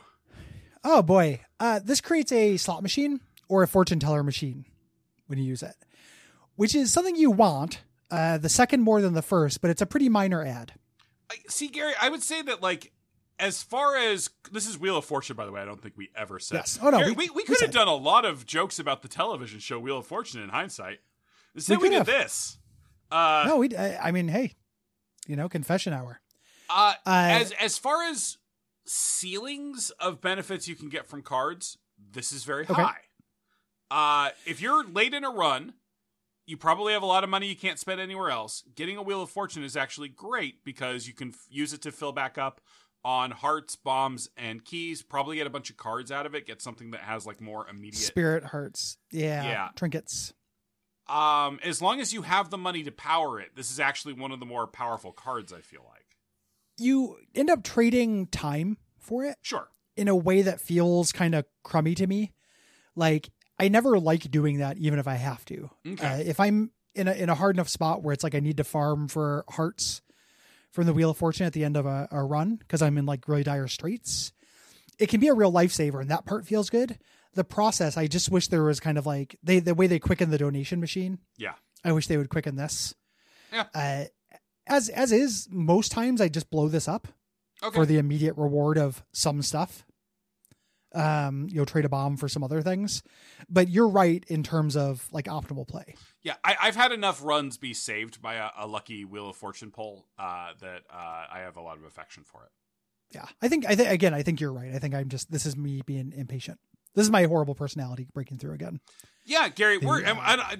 Speaker 2: oh boy, uh, this creates a slot machine or a fortune teller machine when you use it, which is something you want. Uh, the second more than the first, but it's a pretty minor ad.
Speaker 1: I, see, Gary, I would say that like as far as this is Wheel of Fortune, by the way, I don't think we ever said.
Speaker 2: Yes. Oh, no,
Speaker 1: Gary,
Speaker 2: we-
Speaker 1: we, we
Speaker 2: we
Speaker 1: could
Speaker 2: said.
Speaker 1: have done a lot of jokes about the television show Wheel of Fortune in hindsight. Instead,
Speaker 2: We
Speaker 1: we,
Speaker 2: could
Speaker 1: did
Speaker 2: have.
Speaker 1: this. Uh,
Speaker 2: no, we. I, I mean, hey, you know, confession hour.
Speaker 1: uh,
Speaker 2: Uh,
Speaker 1: as as far as ceilings of benefits you can get from cards, this is very
Speaker 2: Okay.
Speaker 1: high. Uh, if you're late in a run, you probably have a lot of money you can't spend anywhere else. Getting a Wheel of Fortune is actually great because you can f- use it to fill back up on hearts, bombs, and keys. Probably get a bunch of cards out of it. Get something that has like more immediate.
Speaker 2: Spirit hearts. Yeah.
Speaker 1: Yeah.
Speaker 2: Trinkets.
Speaker 1: Um, as long as you have the money to power it, this is actually one of the more powerful cards. I feel like.
Speaker 2: You end up trading time for it.
Speaker 1: Sure.
Speaker 2: in a way that feels kind of crummy to me. Like I never like doing that, even if I have to.
Speaker 1: Okay.
Speaker 2: Uh, if I'm in a in a hard enough spot where it's like I need to farm for hearts from the Wheel of Fortune at the end of a, a run because I'm in like really dire straits, it can be a real lifesaver, and that part feels good. The process, I just wish there was kind of like they the way they quicken the donation machine.
Speaker 1: Yeah.
Speaker 2: I wish they would quicken this.
Speaker 1: Yeah.
Speaker 2: Uh, as as is, most times I just blow this up
Speaker 1: Okay.
Speaker 2: for the immediate reward of some stuff. Um, you'll trade a bomb for some other things, but you're right in terms of like optimal play.
Speaker 1: Yeah, I, I've had enough runs be saved by a, a lucky Wheel of Fortune pull uh, that uh, I have a lot of affection for it.
Speaker 2: Yeah, I think I think again, I think you're right. I think I'm just this is me being impatient. This is my horrible personality breaking through again.
Speaker 1: Yeah, Gary, we're,
Speaker 2: Yeah.
Speaker 1: I, I-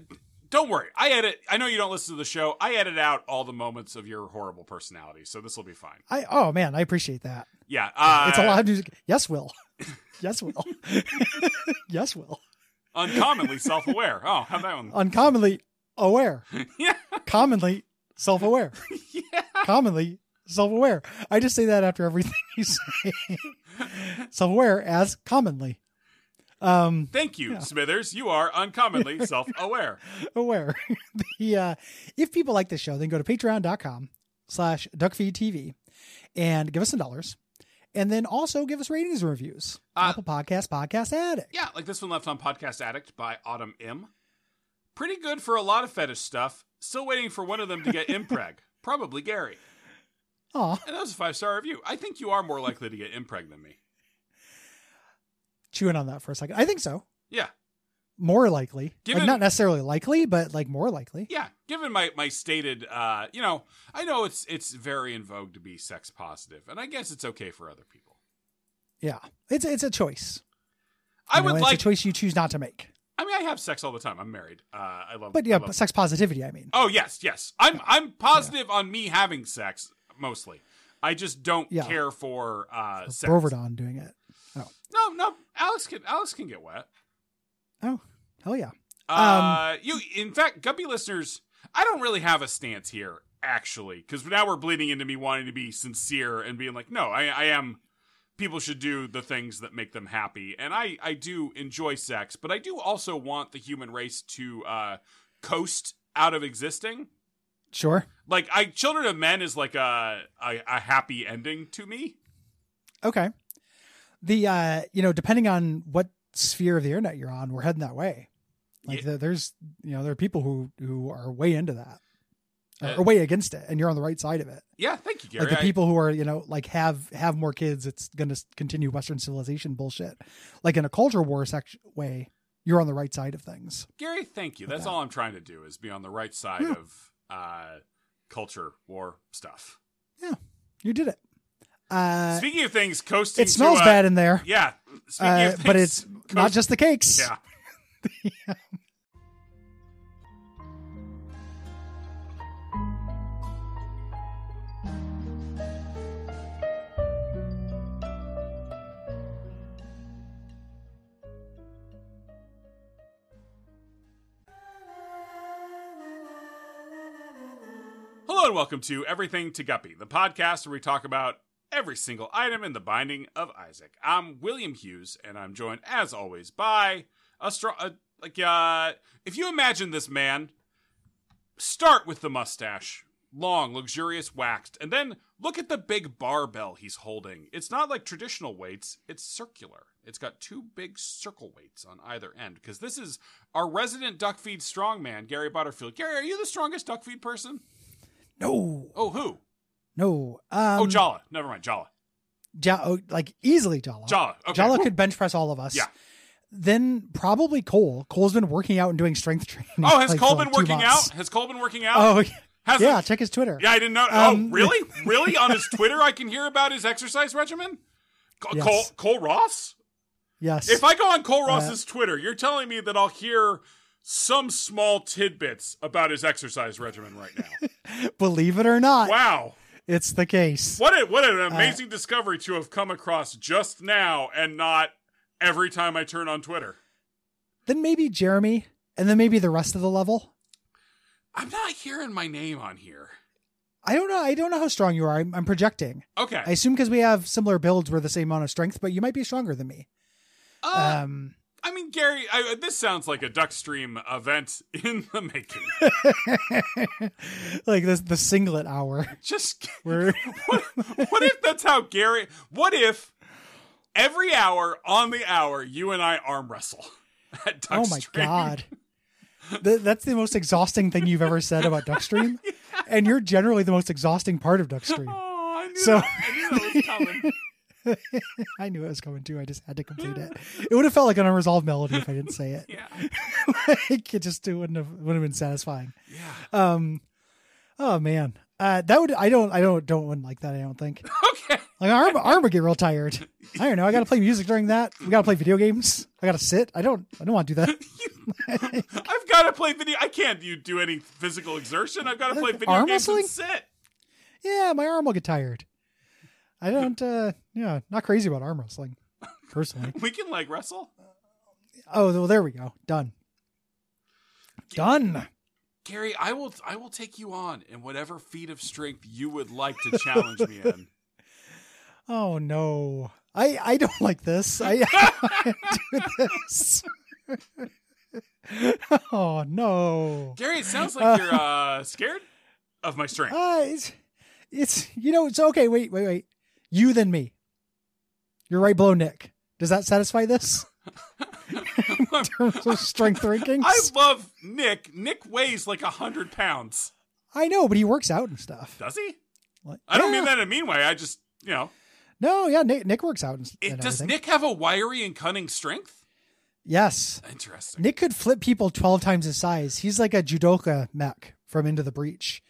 Speaker 1: don't worry. I edit. I know you don't listen to the show. I edit out all the moments of your horrible personality, so this will be fine.
Speaker 2: I oh man, I appreciate that.
Speaker 1: Yeah, uh,
Speaker 2: it's a lot of music. Yes, Will. yes, Will. yes, Will.
Speaker 1: uncommonly self-aware. Oh, how that one?
Speaker 2: Uncommonly aware.
Speaker 1: yeah,
Speaker 2: Commonly self-aware.
Speaker 1: yeah.
Speaker 2: commonly self-aware. I just say that after everything you say. self-aware as commonly. Um
Speaker 1: Thank you, Smithers. You are uncommonly self-aware.
Speaker 2: aware. the uh if people like this show, then go to patreon.com slash duckfeedtv and give us some dollars. And then also give us ratings and reviews.
Speaker 1: Uh,
Speaker 2: Apple Podcast Podcast Addict.
Speaker 1: Yeah, like this one left on Podcast Addict by Autumn M. Pretty good for a lot of fetish stuff. Still waiting for one of them to get impreg. Probably Gary.
Speaker 2: Aw,
Speaker 1: And that was a five star review. I think you are more likely to get impreg than me.
Speaker 2: chewing on that for a second. I think so.
Speaker 1: Yeah.
Speaker 2: More likely.
Speaker 1: Given-
Speaker 2: Like, not necessarily likely, but like more likely.
Speaker 1: Yeah. Given my, my stated uh, you know, I know it's it's very in vogue to be sex positive, and I guess it's okay for other people.
Speaker 2: Yeah. It's it's a choice.
Speaker 1: I
Speaker 2: You know,
Speaker 1: would
Speaker 2: it's
Speaker 1: like
Speaker 2: a choice you choose not to make.
Speaker 1: I mean I have sex all the time. I'm married. Uh, I love
Speaker 2: But yeah,
Speaker 1: I love-
Speaker 2: but sex positivity, I mean.
Speaker 1: Oh yes, yes. I'm I'm positive on me having sex mostly. I just don't
Speaker 2: Yeah.
Speaker 1: care for uh sex.
Speaker 2: Broverdon doing it.
Speaker 1: No, no. Alex can Alex can get wet.
Speaker 2: Oh, hell yeah.
Speaker 1: Uh, you in fact, Guppy listeners, I don't really have a stance here actually, because now we're bleeding into me wanting to be sincere and being like, no, I, I am. People should do the things that make them happy, and I I do enjoy sex, but I do also want the human race to uh coast out of existing.
Speaker 2: Sure.
Speaker 1: Like I, Children of Men is like a a, a happy ending to me.
Speaker 2: Okay. The uh, you know, depending on what sphere of the internet you're on, we're heading that way. Like
Speaker 1: Yeah.
Speaker 2: the- there's you know, there are people who who are way into that. Or,
Speaker 1: Uh,
Speaker 2: or way against it, and you're on the right side of it.
Speaker 1: Yeah, thank you, Gary.
Speaker 2: Like the
Speaker 1: I-
Speaker 2: people who are, you know, like have have more kids, it's going to continue Western civilization bullshit. Like in a culture war section way, you're on the right side of things.
Speaker 1: Gary, thank you. That's
Speaker 2: that.
Speaker 1: all I'm trying to do is be on the right side
Speaker 2: Yeah.
Speaker 1: of uh, culture war stuff.
Speaker 2: You did it. Uh,
Speaker 1: Speaking of things coasting,
Speaker 2: it smells
Speaker 1: to, uh,
Speaker 2: bad in there,
Speaker 1: Yeah, speaking
Speaker 2: uh,
Speaker 1: of things,
Speaker 2: but it's not just the cakes.
Speaker 1: yeah. Hello and welcome to Everything to Guppy, the podcast where we talk about every single item in the binding of Isaac. I'm William Hughes, and I'm joined, as always, by a strong. Uh, like, uh, if you imagine this man, start with the mustache, long, luxurious, waxed, and then look at the big barbell he's holding. It's not like traditional weights; it's circular. It's got two big circle weights on either end because this is our resident duck feed strongman, Gary Butterfield. Gary, are you the strongest duck feed person?
Speaker 2: No,
Speaker 1: Oh, who?
Speaker 2: no. Um,
Speaker 1: oh, Jala. Never mind, Jala.
Speaker 2: Ja- oh, like easily Jala.
Speaker 1: Jala. Okay.
Speaker 2: Jala
Speaker 1: Woo.
Speaker 2: could bench press all of us.
Speaker 1: Yeah.
Speaker 2: Then probably Cole. Cole's been working out and doing strength training.
Speaker 1: Oh, has
Speaker 2: like,
Speaker 1: Cole been
Speaker 2: for, like, two
Speaker 1: working
Speaker 2: months.
Speaker 1: out? Has Cole been working out?
Speaker 2: Oh,
Speaker 1: has
Speaker 2: yeah.
Speaker 1: he-
Speaker 2: Check his Twitter.
Speaker 1: Yeah, I didn't know.
Speaker 2: Um,
Speaker 1: oh, really? really? On his Twitter, I can hear about his exercise regimen. Co-
Speaker 2: Yes. Uh,
Speaker 1: Cole, Cole Ross.
Speaker 2: Yes.
Speaker 1: If I go on Cole Ross's Twitter, you're telling me that I'll hear some small tidbits about his exercise regimen right now.
Speaker 2: Believe it or not,
Speaker 1: wow.
Speaker 2: it's the case.
Speaker 1: What a, what an
Speaker 2: Uh,
Speaker 1: amazing discovery to have come across just now and not every time I turn on Twitter.
Speaker 2: Then maybe Jeremy, and then maybe the rest of the level.
Speaker 1: I'm not hearing my name on here.
Speaker 2: I don't know. I don't know how strong you are. I'm, I'm projecting.
Speaker 1: Okay.
Speaker 2: I assume because we have similar builds, we're the same amount of strength, but you might be stronger than me.
Speaker 1: Uh,
Speaker 2: Um,
Speaker 1: I mean, Gary, I, this sounds like a Duckstream event in the making.
Speaker 2: like this the singlet hour.
Speaker 1: Just
Speaker 2: We're
Speaker 1: what, what if that's how Gary? What if every hour on the hour you and I arm wrestle at Duckstream?
Speaker 2: oh my god. Th- that's the most exhausting thing you've ever said about Duckstream, and you're generally the most exhausting part of Duckstream.
Speaker 1: Oh, I knew
Speaker 2: So-
Speaker 1: that. I knew that was coming.
Speaker 2: I knew it was coming too. I just had to complete it. It would have felt like an unresolved melody if I didn't say it.
Speaker 1: Yeah,
Speaker 2: like, it just it wouldn't have wouldn't have been satisfying.
Speaker 1: yeah.
Speaker 2: Um, oh man, uh, that would I don't I don't don't wouldn't like that. I don't think.
Speaker 1: Okay.
Speaker 2: Like arm arm would get real tired. I don't know. I got to play music during that. We got to play video games. I got to sit. I don't. I don't want to do that.
Speaker 1: I've got to play video. I can't you do any physical exertion. I've got to play video
Speaker 2: Arm
Speaker 1: games
Speaker 2: wrestling?
Speaker 1: and sit.
Speaker 2: Yeah, my arm will get tired. I don't. uh Yeah, not crazy about arm wrestling, personally.
Speaker 1: We can like wrestle.
Speaker 2: Oh, well, there we go. Done. Done.
Speaker 1: Gary, I will I will take you on in whatever feat of strength you would like to challenge me in.
Speaker 2: Oh no. I I don't like this. I, I do this. oh no.
Speaker 1: Gary, it sounds like you're uh, scared of my strength.
Speaker 2: Uh, it's, it's you know it's okay. Wait, wait, wait. You than me. You're right below Nick. Does that satisfy this? in terms of strength rankings.
Speaker 1: I love Nick. Nick weighs like a hundred pounds.
Speaker 2: I know, but he works out and stuff.
Speaker 1: Does he?
Speaker 2: Like-
Speaker 1: I don't
Speaker 2: Yeah.
Speaker 1: mean that in a mean way. I just you know.
Speaker 2: No, yeah, Nick, Nick works out and,
Speaker 1: It,
Speaker 2: and
Speaker 1: does
Speaker 2: everything.
Speaker 1: Nick have a wiry and cunning strength?
Speaker 2: Yes,
Speaker 1: Interesting.
Speaker 2: Nick could flip people twelve times his size. He's like a judoka mech from Into the Breach.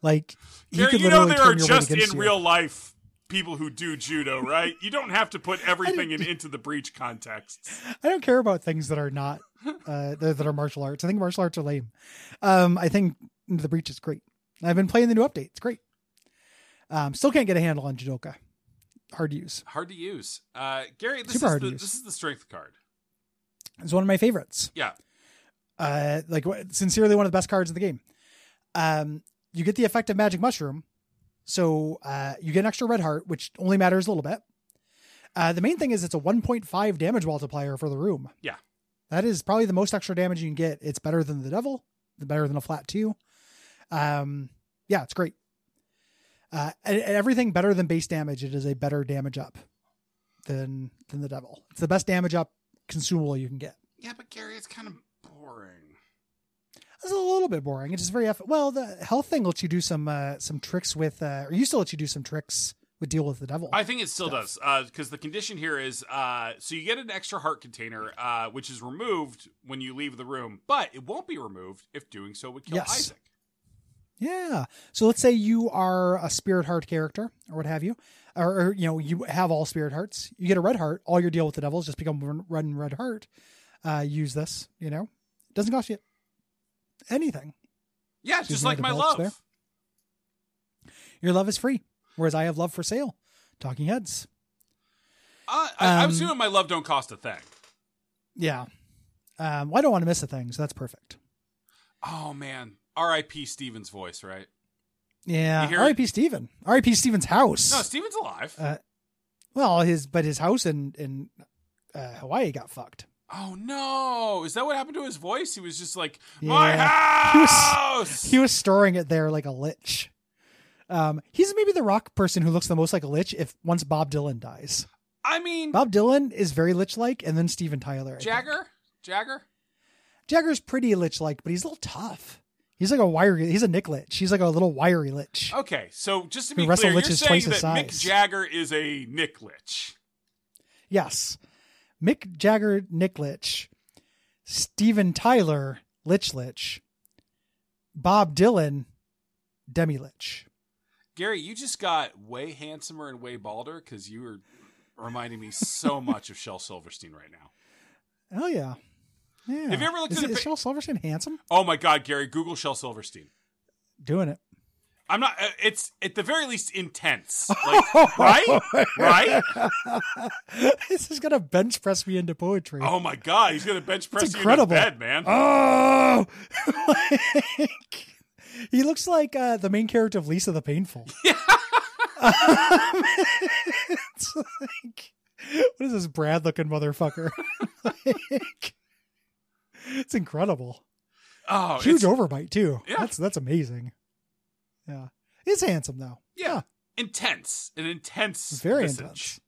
Speaker 2: Like he
Speaker 1: Gary,
Speaker 2: could
Speaker 1: you know
Speaker 2: literally
Speaker 1: there
Speaker 2: turn
Speaker 1: are
Speaker 2: your weight
Speaker 1: just
Speaker 2: against
Speaker 1: in
Speaker 2: you.
Speaker 1: real life people who do judo, right? you don't have to put everything in into the breach contexts.
Speaker 2: I don't care about things that are not uh, that, that are martial arts. I think martial arts are lame. Um, I think Into the Breach is great. I've been playing the new update. It's great. Um, still can't get a handle on judoka. Hard to use.
Speaker 1: Hard to use. Uh, Gary, this
Speaker 2: Super
Speaker 1: is
Speaker 2: hard to
Speaker 1: the
Speaker 2: use.
Speaker 1: this is the strength card.
Speaker 2: It's one of my favorites.
Speaker 1: Yeah.
Speaker 2: Uh, like wh- sincerely, one of the best cards in the game. Um, you get the effect of Magic Mushroom, so uh, you get an extra red heart, which only matters a little bit. Uh, the main thing is it's a 1.5 damage multiplier for the room.
Speaker 1: Yeah.
Speaker 2: that is probably the most extra damage you can get. It's better than the devil, the better than a flat two. Um, yeah, it's great. Uh, and- and everything better than base damage. It is a better damage up than than the devil. It's the best damage up consumable you can get.
Speaker 1: Yeah, but Gary, it's kind of boring.
Speaker 2: It's a little bit boring. It's just very eff- well. The health thing lets you do some uh, some tricks with, uh, or used to let you do some tricks with deal with the devil.
Speaker 1: I think it still does because the condition here is uh, so you get an extra heart container, uh, which is removed when you leave the room, but it won't be removed if doing so would kill
Speaker 2: Yes.
Speaker 1: Isaac.
Speaker 2: yeah. So let's say you are a spirit heart character or what have you, or, or you know you have all spirit hearts. You get a red heart. All your deal with the devils just become one red and red heart. Uh, use this. You know, doesn't cost you anything.
Speaker 1: Yeah,
Speaker 2: Excuse
Speaker 1: just
Speaker 2: me,
Speaker 1: like
Speaker 2: the
Speaker 1: my
Speaker 2: bulbs
Speaker 1: love.
Speaker 2: there. Your love is free. Whereas I have love for sale. Talking heads.
Speaker 1: Uh, I, I'm
Speaker 2: Um,
Speaker 1: assuming my love don't cost a thing.
Speaker 2: Yeah. Um, well, I don't want to miss a thing, so that's perfect.
Speaker 1: Oh man, R.I.P. Steven's voice, right? You
Speaker 2: Yeah.
Speaker 1: hear
Speaker 2: R.I.P. Steven. R.I.P. Steven's house.
Speaker 1: No, Steven's alive.
Speaker 2: Uh, well, his but his house in in uh, Hawaii got fucked.
Speaker 1: oh no, is that what happened to his voice? He was just like
Speaker 2: Yeah.
Speaker 1: my
Speaker 2: He was-
Speaker 1: house.
Speaker 2: He was storing it there like a lich. Um, he's maybe the rock person who looks the most like a lich if once Bob Dylan dies.
Speaker 1: I mean,
Speaker 2: Bob Dylan is very lich like, and then Steven Tyler. I think.
Speaker 1: Jagger, Jagger.
Speaker 2: Jagger's pretty lich like, but he's a little tough. He's like a wiry. He's a Nick lich. He's like a little wiry lich.
Speaker 1: Okay, so just to be
Speaker 2: Who wrestle
Speaker 1: clear, you're
Speaker 2: liches
Speaker 1: saying
Speaker 2: twice
Speaker 1: that
Speaker 2: his
Speaker 1: Mick
Speaker 2: size.
Speaker 1: Jagger is a Nick Lich.
Speaker 2: Yes. Mick Jagger, Nick Lich, Steven Tyler, Lich Lich, Bob Dylan, Demi Lich.
Speaker 1: Gary, you just got way handsomer and way balder because you were reminding me so much of Shel Silverstein right now.
Speaker 2: Oh, yeah. Yeah.
Speaker 1: Have you ever looked
Speaker 2: is,
Speaker 1: at a
Speaker 2: is
Speaker 1: pic-
Speaker 2: Shel Silverstein handsome?
Speaker 1: Oh my God, Gary, Google Shel Silverstein.
Speaker 2: Doing it.
Speaker 1: I'm not. uh, It's at the very least intense, like, right? Right?
Speaker 2: this is going to bench press me into poetry.
Speaker 1: Oh my God, he's gonna bench press you in
Speaker 2: incredible.
Speaker 1: bed, man.
Speaker 2: Oh! Like, he looks like uh, the main character of Lisa the Painful. Um, it's like, what is this Brad looking motherfucker? Like, it's incredible.
Speaker 1: Oh,
Speaker 2: Huge
Speaker 1: it's
Speaker 2: overbite too.
Speaker 1: Yeah.
Speaker 2: That's that's amazing. Yeah, he's handsome though.
Speaker 1: Yeah. intense, an intense,
Speaker 2: very
Speaker 1: visage.
Speaker 2: intense.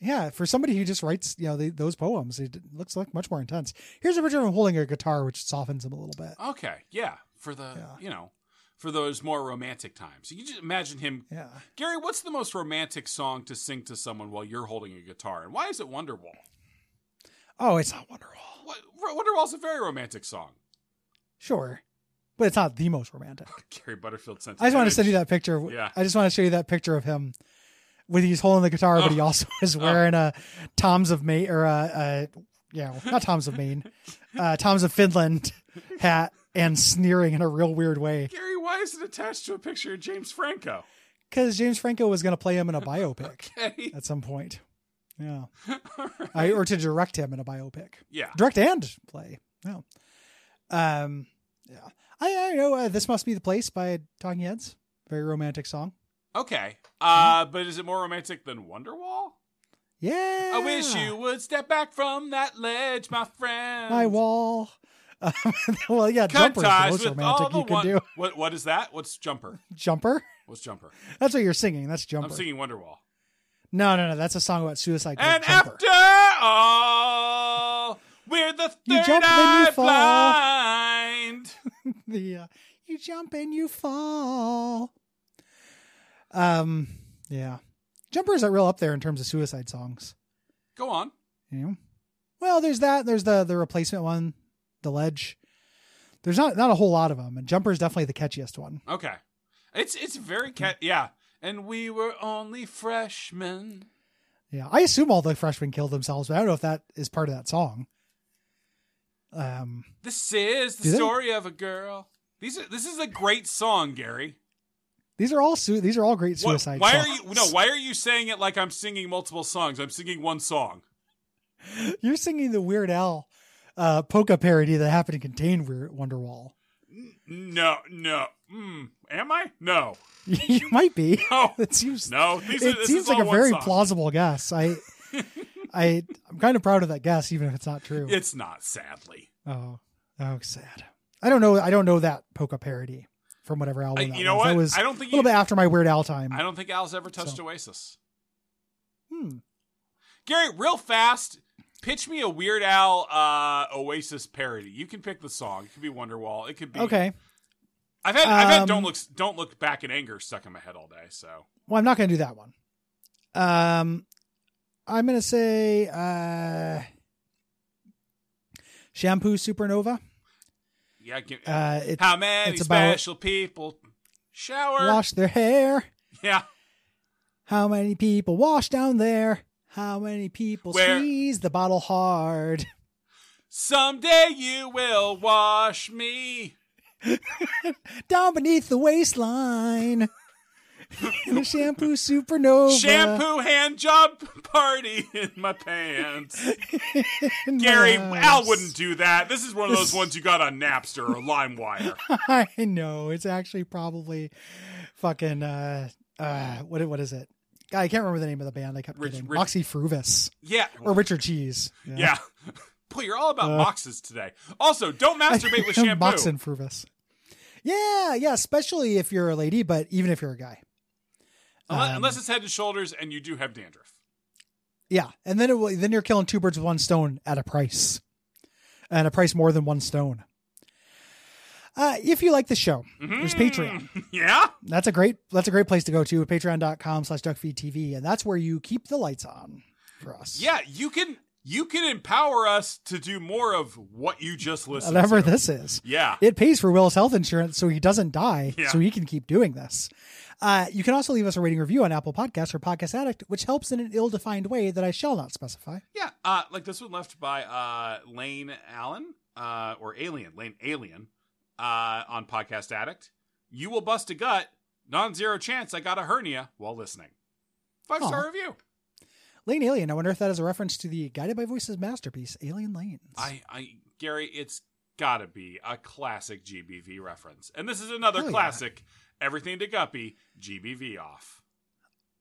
Speaker 2: Yeah, for somebody who just writes, you know, the, those poems, it looks like much more intense. Here's a picture of him holding a guitar, which softens him a little bit.
Speaker 1: Okay, yeah, for the
Speaker 2: Yeah.
Speaker 1: you know, for those more romantic times. You just imagine him
Speaker 2: Yeah.
Speaker 1: Gary, what's the most romantic song to sing to someone while you're holding a guitar, and why is it Wonderwall?
Speaker 2: Oh, it's not Wonderwall.
Speaker 1: What, Wonderwall's a very romantic song.
Speaker 2: Sure, but it's not the most romantic.
Speaker 1: Gary Butterfield sent.
Speaker 2: I just want to send you that picture. of-
Speaker 1: Yeah.
Speaker 2: I just want to show you that picture of him with he's holding the guitar, but he also is wearing a Tom's of Maine or a, a yeah, not Tom's of Maine, uh, Tom's of Finland hat and sneering in a real weird way
Speaker 1: Gary, why is it attached to a picture of James Franco?
Speaker 2: because James Franco was going to play him in a biopic
Speaker 1: Hey,
Speaker 2: at some point. Yeah, I, or to direct him in a biopic.
Speaker 1: yeah,
Speaker 2: direct and play. No. Um. Yeah. I, I know uh, this must be the place by Talking Heads. Very romantic song.
Speaker 1: okay. Uh, but is it more romantic than Wonderwall?
Speaker 2: Yeah.
Speaker 1: I wish you would step back from that ledge, my friend.
Speaker 2: my wall. Um, well, yeah,
Speaker 1: Cut
Speaker 2: jumper is the
Speaker 1: ties
Speaker 2: most
Speaker 1: with all
Speaker 2: romantic
Speaker 1: the
Speaker 2: you can
Speaker 1: one-
Speaker 2: do.
Speaker 1: What? What is that? What's jumper?
Speaker 2: Jumper.
Speaker 1: What's jumper?
Speaker 2: That's what you're singing. That's jumper.
Speaker 1: I'm singing Wonderwall.
Speaker 2: No, no, no. That's a song about suicide. called
Speaker 1: And
Speaker 2: Jumper.
Speaker 1: after all, We're the third
Speaker 2: You jump, then you
Speaker 1: eye
Speaker 2: fall.
Speaker 1: blind.
Speaker 2: the uh, you jump and you fall. Um, yeah, jumpers are real up there in terms of suicide songs.
Speaker 1: Go on.
Speaker 2: You know? Well, there's that. There's the the replacement one, the ledge. There's not not a whole lot of them, and jumper is definitely the catchiest one.
Speaker 1: Okay. It's it's very
Speaker 2: Mm-hmm.
Speaker 1: cat. Yeah. And we were only freshmen.
Speaker 2: Yeah, I assume all the freshmen killed themselves, but I don't know if that is part of that song. Um,
Speaker 1: This is the
Speaker 2: Do they-
Speaker 1: story of a girl. These are, this is a great song, Gary.
Speaker 2: these are all su- these are all great
Speaker 1: What-
Speaker 2: suicide.
Speaker 1: why
Speaker 2: songs.
Speaker 1: are you no? Why are you saying it like I'm singing multiple songs? I'm singing one song.
Speaker 2: You're singing the Weird Al uh, polka parody that happened to contain Weir- Wonderwall.
Speaker 1: N- No, no. Mm, am I? No,
Speaker 2: you might be.
Speaker 1: no,
Speaker 2: It seems
Speaker 1: no. These are,
Speaker 2: it
Speaker 1: this
Speaker 2: seems
Speaker 1: is
Speaker 2: like
Speaker 1: all
Speaker 2: a
Speaker 1: one
Speaker 2: very
Speaker 1: song.
Speaker 2: plausible guess. I, I, I'm kind of proud of that guess, even if it's not true.
Speaker 1: It's not, sadly.
Speaker 2: oh, oh, sad. I don't know. I don't know that polka parody from whatever
Speaker 1: I,
Speaker 2: album. Oh, that
Speaker 1: you know
Speaker 2: was.
Speaker 1: what?
Speaker 2: That was
Speaker 1: I
Speaker 2: a
Speaker 1: don't think.
Speaker 2: little
Speaker 1: you-
Speaker 2: bit after my Weird Al time.
Speaker 1: I don't think Al's ever touched
Speaker 2: So.
Speaker 1: Oasis.
Speaker 2: Hmm.
Speaker 1: Gary, real fast, pitch me a Weird Al uh, Oasis parody. You can pick the song. It could be Wonderwall. It could be.
Speaker 2: Okay.
Speaker 1: I've had I've had don't
Speaker 2: Um,
Speaker 1: look don't look back in anger stuck in my head all day. So
Speaker 2: Well, I'm not going to do that one. Um, I'm going to say uh, Shampoo Supernova.
Speaker 1: yeah. Give,
Speaker 2: Uh, it
Speaker 1: how many
Speaker 2: it's about-
Speaker 1: special people shower?
Speaker 2: wash their hair.
Speaker 1: Yeah.
Speaker 2: How many people wash down there? How many people
Speaker 1: Where-
Speaker 2: squeeze the bottle hard?
Speaker 1: Someday you will wash me.
Speaker 2: Down beneath the waistline. In the shampoo supernova.
Speaker 1: Shampoo hand job party in my pants.
Speaker 2: in my
Speaker 1: Gary, Al
Speaker 2: house.
Speaker 1: wouldn't do that. This is one of those
Speaker 2: This-
Speaker 1: ones you got on Napster or LimeWire.
Speaker 2: I know. It's actually probably fucking uh uh what what is it? God, I can't remember the name of the band I kept
Speaker 1: Rich-
Speaker 2: getting.
Speaker 1: Rich-
Speaker 2: Moxie Fruvis.
Speaker 1: Yeah.
Speaker 2: Or Richard Cheese.
Speaker 1: Yeah. Boy, you're all
Speaker 2: Uh,
Speaker 1: about boxes today. Also, don't masturbate with shampoo.
Speaker 2: Moxon Fruvis. Yeah, yeah, especially if you're a lady, but even if you're a guy.
Speaker 1: Unless,
Speaker 2: Um,
Speaker 1: unless it's head and shoulders and you do have dandruff.
Speaker 2: Yeah, and then it will, then you're killing two birds with one stone at a price, and a price more than one stone. Uh, if you like the show, there's Patreon.
Speaker 1: Mm, Yeah?
Speaker 2: That's a great that's a great place to go to Patreon.com/slash/DuckFeedTV, and that's where you keep the lights on for us.
Speaker 1: Yeah, you can you can empower us to do more of what you just listened
Speaker 2: whatever
Speaker 1: to.
Speaker 2: this is.
Speaker 1: yeah.
Speaker 2: It pays for Will's health insurance so he doesn't die,
Speaker 1: Yeah.
Speaker 2: so he can keep doing this. Uh, you can also leave us a rating review on Apple Podcasts or Podcast Addict, which helps in an ill-defined way that I shall not specify.
Speaker 1: Yeah, uh, like this one left by uh, Lane Allen uh, or Alien Lane Alien uh, on Podcast Addict. You will bust a gut. Non-zero chance I got a hernia while listening. Five star
Speaker 2: Aw.
Speaker 1: review.
Speaker 2: Lane Alien. I wonder if that is a reference to the Guided by Voices masterpiece, Alien Lanes.
Speaker 1: I, I, Gary, it's gotta be a classic GBV reference, and this is another
Speaker 2: Hell yeah.
Speaker 1: classic. Everything to Guppy GBV off.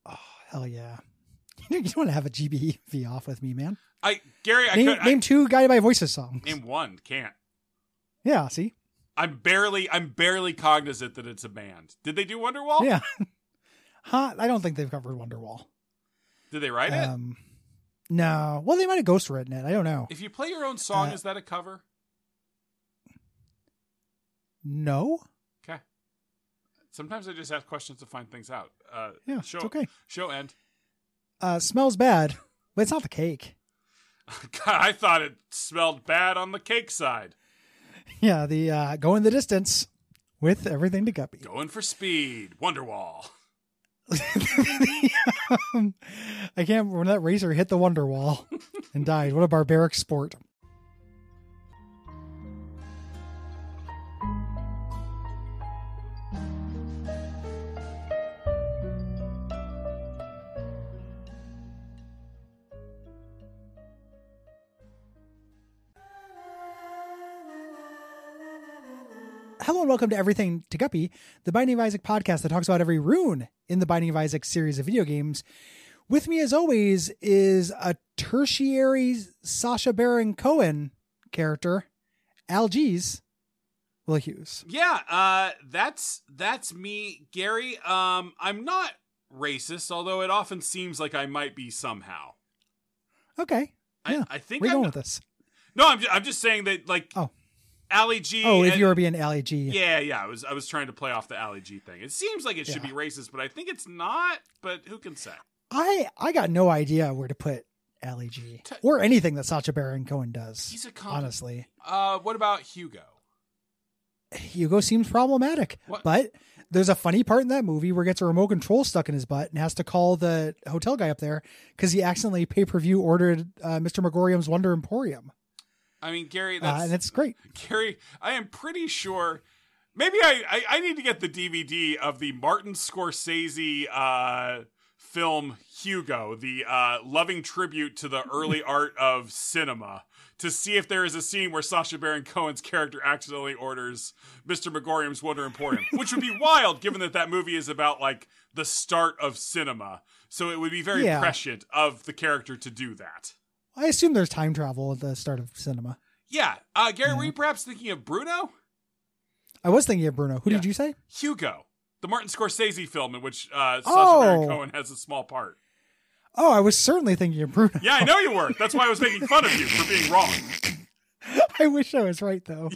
Speaker 2: Oh, hell yeah. You don't want to have a GBV off with me, man.
Speaker 1: I Gary, I
Speaker 2: Name,
Speaker 1: could
Speaker 2: name two Guided by Voices songs.
Speaker 1: I, name one can't.
Speaker 2: Yeah, see?
Speaker 1: I'm barely, I'm barely cognizant that it's a band. Did they do Wonderwall?
Speaker 2: Yeah. huh? I don't think they've covered Wonderwall.
Speaker 1: Did they write it?
Speaker 2: Um, no. Well, they might have ghostwritten it. I don't know.
Speaker 1: If you play your own song,
Speaker 2: Uh,
Speaker 1: is that a cover?
Speaker 2: No?
Speaker 1: Okay. Sometimes I just ask questions to find things out. Uh,
Speaker 2: Yeah,
Speaker 1: show,
Speaker 2: it's okay.
Speaker 1: Show end.
Speaker 2: Uh, smells bad, but it's not the cake.
Speaker 1: God, I thought it smelled bad on the cake side.
Speaker 2: Yeah, the uh, go in the distance with everything to guppy.
Speaker 1: Going for speed. Wonderwall.
Speaker 2: um, I can't when that razor hit the wonder wall and died. What a barbaric sport. Hello and welcome to Everything to Guppy, the Binding of Isaac podcast that talks about every rune in the Binding of Isaac series of video games. With me, as always, is a tertiary Sasha Baron Cohen character, Al Gees, Will Hughes.
Speaker 1: Yeah, uh, that's that's me, Gary. Um, I'm not racist, although it often seems like I might be somehow.
Speaker 2: Okay, Yeah.
Speaker 1: I, I think
Speaker 2: we're
Speaker 1: I'm
Speaker 2: going with this.
Speaker 1: No, I'm just, I'm just saying that like
Speaker 2: Oh.
Speaker 1: Ali G.
Speaker 2: Oh, if
Speaker 1: and-
Speaker 2: you were being Ali G.
Speaker 1: yeah, yeah. I was I was trying to play off the Ali G thing. It seems like it should
Speaker 2: Yeah.
Speaker 1: be racist, but I think it's not. But who can say?
Speaker 2: I I got no idea where to put Ali G
Speaker 1: T-
Speaker 2: or anything that Sacha Baron Cohen does.
Speaker 1: He's a con.
Speaker 2: Honestly,
Speaker 1: Uh, what about Hugo?
Speaker 2: Hugo seems problematic,
Speaker 1: What?
Speaker 2: but there's a funny part in that movie where he gets a remote control stuck in his butt and has to call the hotel guy up there because he accidentally pay per view ordered uh, Mr. Megorium's Wonder Emporium,
Speaker 1: I mean, Gary.
Speaker 2: uh,
Speaker 1: That's
Speaker 2: and it's great.
Speaker 1: Gary, I am pretty sure. Maybe I, I, I need to get the DVD of the Martin Scorsese uh, film Hugo, the uh, loving tribute to the early art of cinema, to see if there is a scene where Sasha Baron Cohen's character accidentally orders Mr. Megorium's Wonder Emporium, which would be wild given that that movie is about like the start of cinema. So it would be very
Speaker 2: Yeah.
Speaker 1: prescient of the character to do that.
Speaker 2: I assume there's time travel at the start of cinema.
Speaker 1: Yeah. Uh, Gary, were you perhaps thinking of Bruno?
Speaker 2: I was thinking of Bruno. Who did
Speaker 1: Yeah.
Speaker 2: you say?
Speaker 1: Hugo, the Martin Scorsese film in which uh, Sacha
Speaker 2: Oh.
Speaker 1: Baron Cohen has a small part.
Speaker 2: Oh, I was certainly thinking of Bruno.
Speaker 1: Yeah, I know you were. That's why I was making fun of you for being wrong.
Speaker 2: I wish I was right though.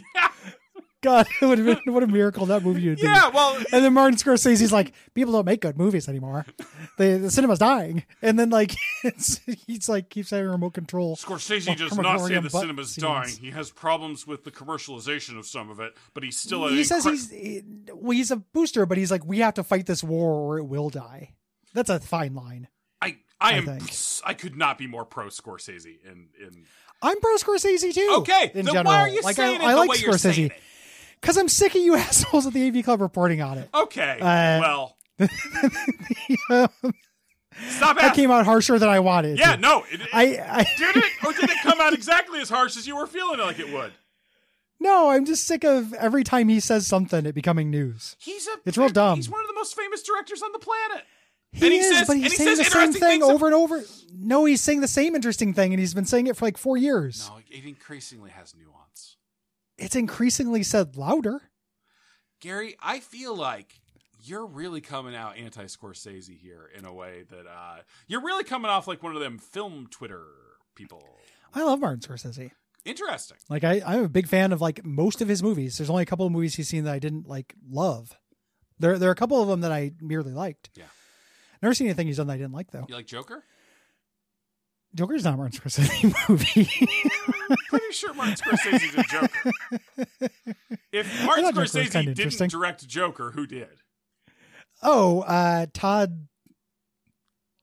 Speaker 2: God, it would have been what a miracle that movie would be.
Speaker 1: Yeah, well,
Speaker 2: And then Martin Scorsese's like, people don't make good movies anymore. The the cinema's dying. And then like it's, he's like keeps having remote control.
Speaker 1: Scorsese does
Speaker 2: Well,
Speaker 1: not say
Speaker 2: Mandalorian
Speaker 1: the
Speaker 2: butt
Speaker 1: cinema's
Speaker 2: scenes.
Speaker 1: dying. He has problems with the commercialization of some of it, but he's still. an
Speaker 2: He says
Speaker 1: incre-
Speaker 2: he's he- well, he's a booster, but he's like, we have to fight this war or it will die. That's a fine line.
Speaker 1: I, I
Speaker 2: I
Speaker 1: am.
Speaker 2: think.
Speaker 1: I could not be more pro Scorsese. In in.
Speaker 2: I'm pro Scorsese too.
Speaker 1: Okay, then
Speaker 2: in general,
Speaker 1: why are you
Speaker 2: like
Speaker 1: saying it
Speaker 2: I, I
Speaker 1: the
Speaker 2: like
Speaker 1: way you're saying
Speaker 2: Scorsese
Speaker 1: it?
Speaker 2: because I'm sick of you assholes at the AV Club reporting on it.
Speaker 1: Okay.
Speaker 2: Uh,
Speaker 1: well. Stop
Speaker 2: That
Speaker 1: asking.
Speaker 2: came out harsher than I wanted.
Speaker 1: Yeah, no. It, it-
Speaker 2: I, I
Speaker 1: did it, or did it come out exactly as harsh as you were feeling like it would?
Speaker 2: no, I'm just sick of every time he says something, it becoming news.
Speaker 1: He's a
Speaker 2: It's real dumb.
Speaker 1: He's one of the most famous directors on the planet.
Speaker 2: He,
Speaker 1: And he
Speaker 2: is,
Speaker 1: says-
Speaker 2: but
Speaker 1: and
Speaker 2: he's
Speaker 1: he
Speaker 2: saying
Speaker 1: says
Speaker 2: the same
Speaker 1: interesting
Speaker 2: thing
Speaker 1: things ab-
Speaker 2: over and over. No, he's saying the same interesting thing, and he's been saying it for like four years.
Speaker 1: No, it increasingly has nuance.
Speaker 2: It's increasingly said louder.
Speaker 1: Gary, I feel like you're really coming out anti Scorsese here in a way that uh you're really coming off like one of them film Twitter people.
Speaker 2: I love Martin Scorsese.
Speaker 1: Interesting.
Speaker 2: Like I, I'm a big fan of like most of his movies. There's only a couple of movies he's seen that I didn't like love. There, there are a couple of them that I merely liked.
Speaker 1: Yeah.
Speaker 2: Never seen anything he's done that I didn't like though.
Speaker 1: You like Joker?
Speaker 2: Joker's not a Martin Scorsese movie.
Speaker 1: Pretty sure Martin Scorsese's a Joker. If Martin
Speaker 2: I thought Joker was
Speaker 1: Scorsese
Speaker 2: kinda
Speaker 1: didn't
Speaker 2: interesting.
Speaker 1: direct Joker, who did?
Speaker 2: oh, uh, Todd.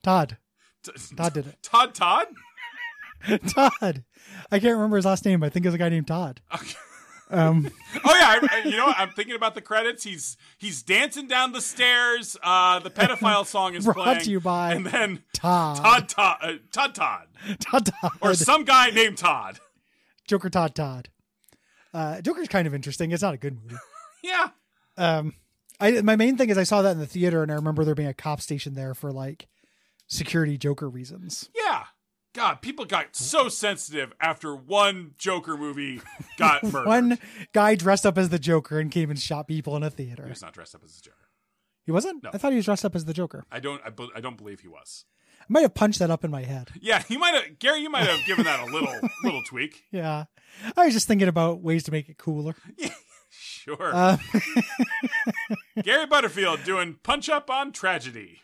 Speaker 2: Todd.
Speaker 1: T-
Speaker 2: Todd did it.
Speaker 1: Todd Todd?
Speaker 2: Todd. I can't remember his last name. I think it's a guy named Todd.
Speaker 1: Okay.
Speaker 2: Um,
Speaker 1: Oh yeah, I, I- you know what? I'm thinking about the credits. He's he's dancing down the stairs. Uh, the pedophile song is
Speaker 2: Brought
Speaker 1: playing.
Speaker 2: to you by
Speaker 1: and then
Speaker 2: Todd.
Speaker 1: Todd Todd uh, Todd Todd
Speaker 2: Todd. Todd.
Speaker 1: or some guy named Todd.
Speaker 2: Joker Todd Todd. Uh, Joker's kind of interesting. It's not a good movie.
Speaker 1: Yeah,
Speaker 2: Um, I my main thing is I saw that in the theater and I remember there being a cop station there for like security Joker reasons.
Speaker 1: yeah. God, people got so sensitive after one Joker movie got murdered.
Speaker 2: One guy dressed up as the Joker and came and shot people in a
Speaker 1: He
Speaker 2: theater.
Speaker 1: was not dressed up as a Joker.
Speaker 2: He wasn't.
Speaker 1: No.
Speaker 2: I thought he was dressed up as the Joker.
Speaker 1: I don't. I, bel- I don't believe he was.
Speaker 2: I might have punched that up in my head.
Speaker 1: Yeah, he might have. Gary, you might have given that a little little tweak.
Speaker 2: Yeah, I was just thinking about ways to make it cooler.
Speaker 1: Sure.
Speaker 2: Uh,
Speaker 1: Gary Butterfield doing punch up on tragedy.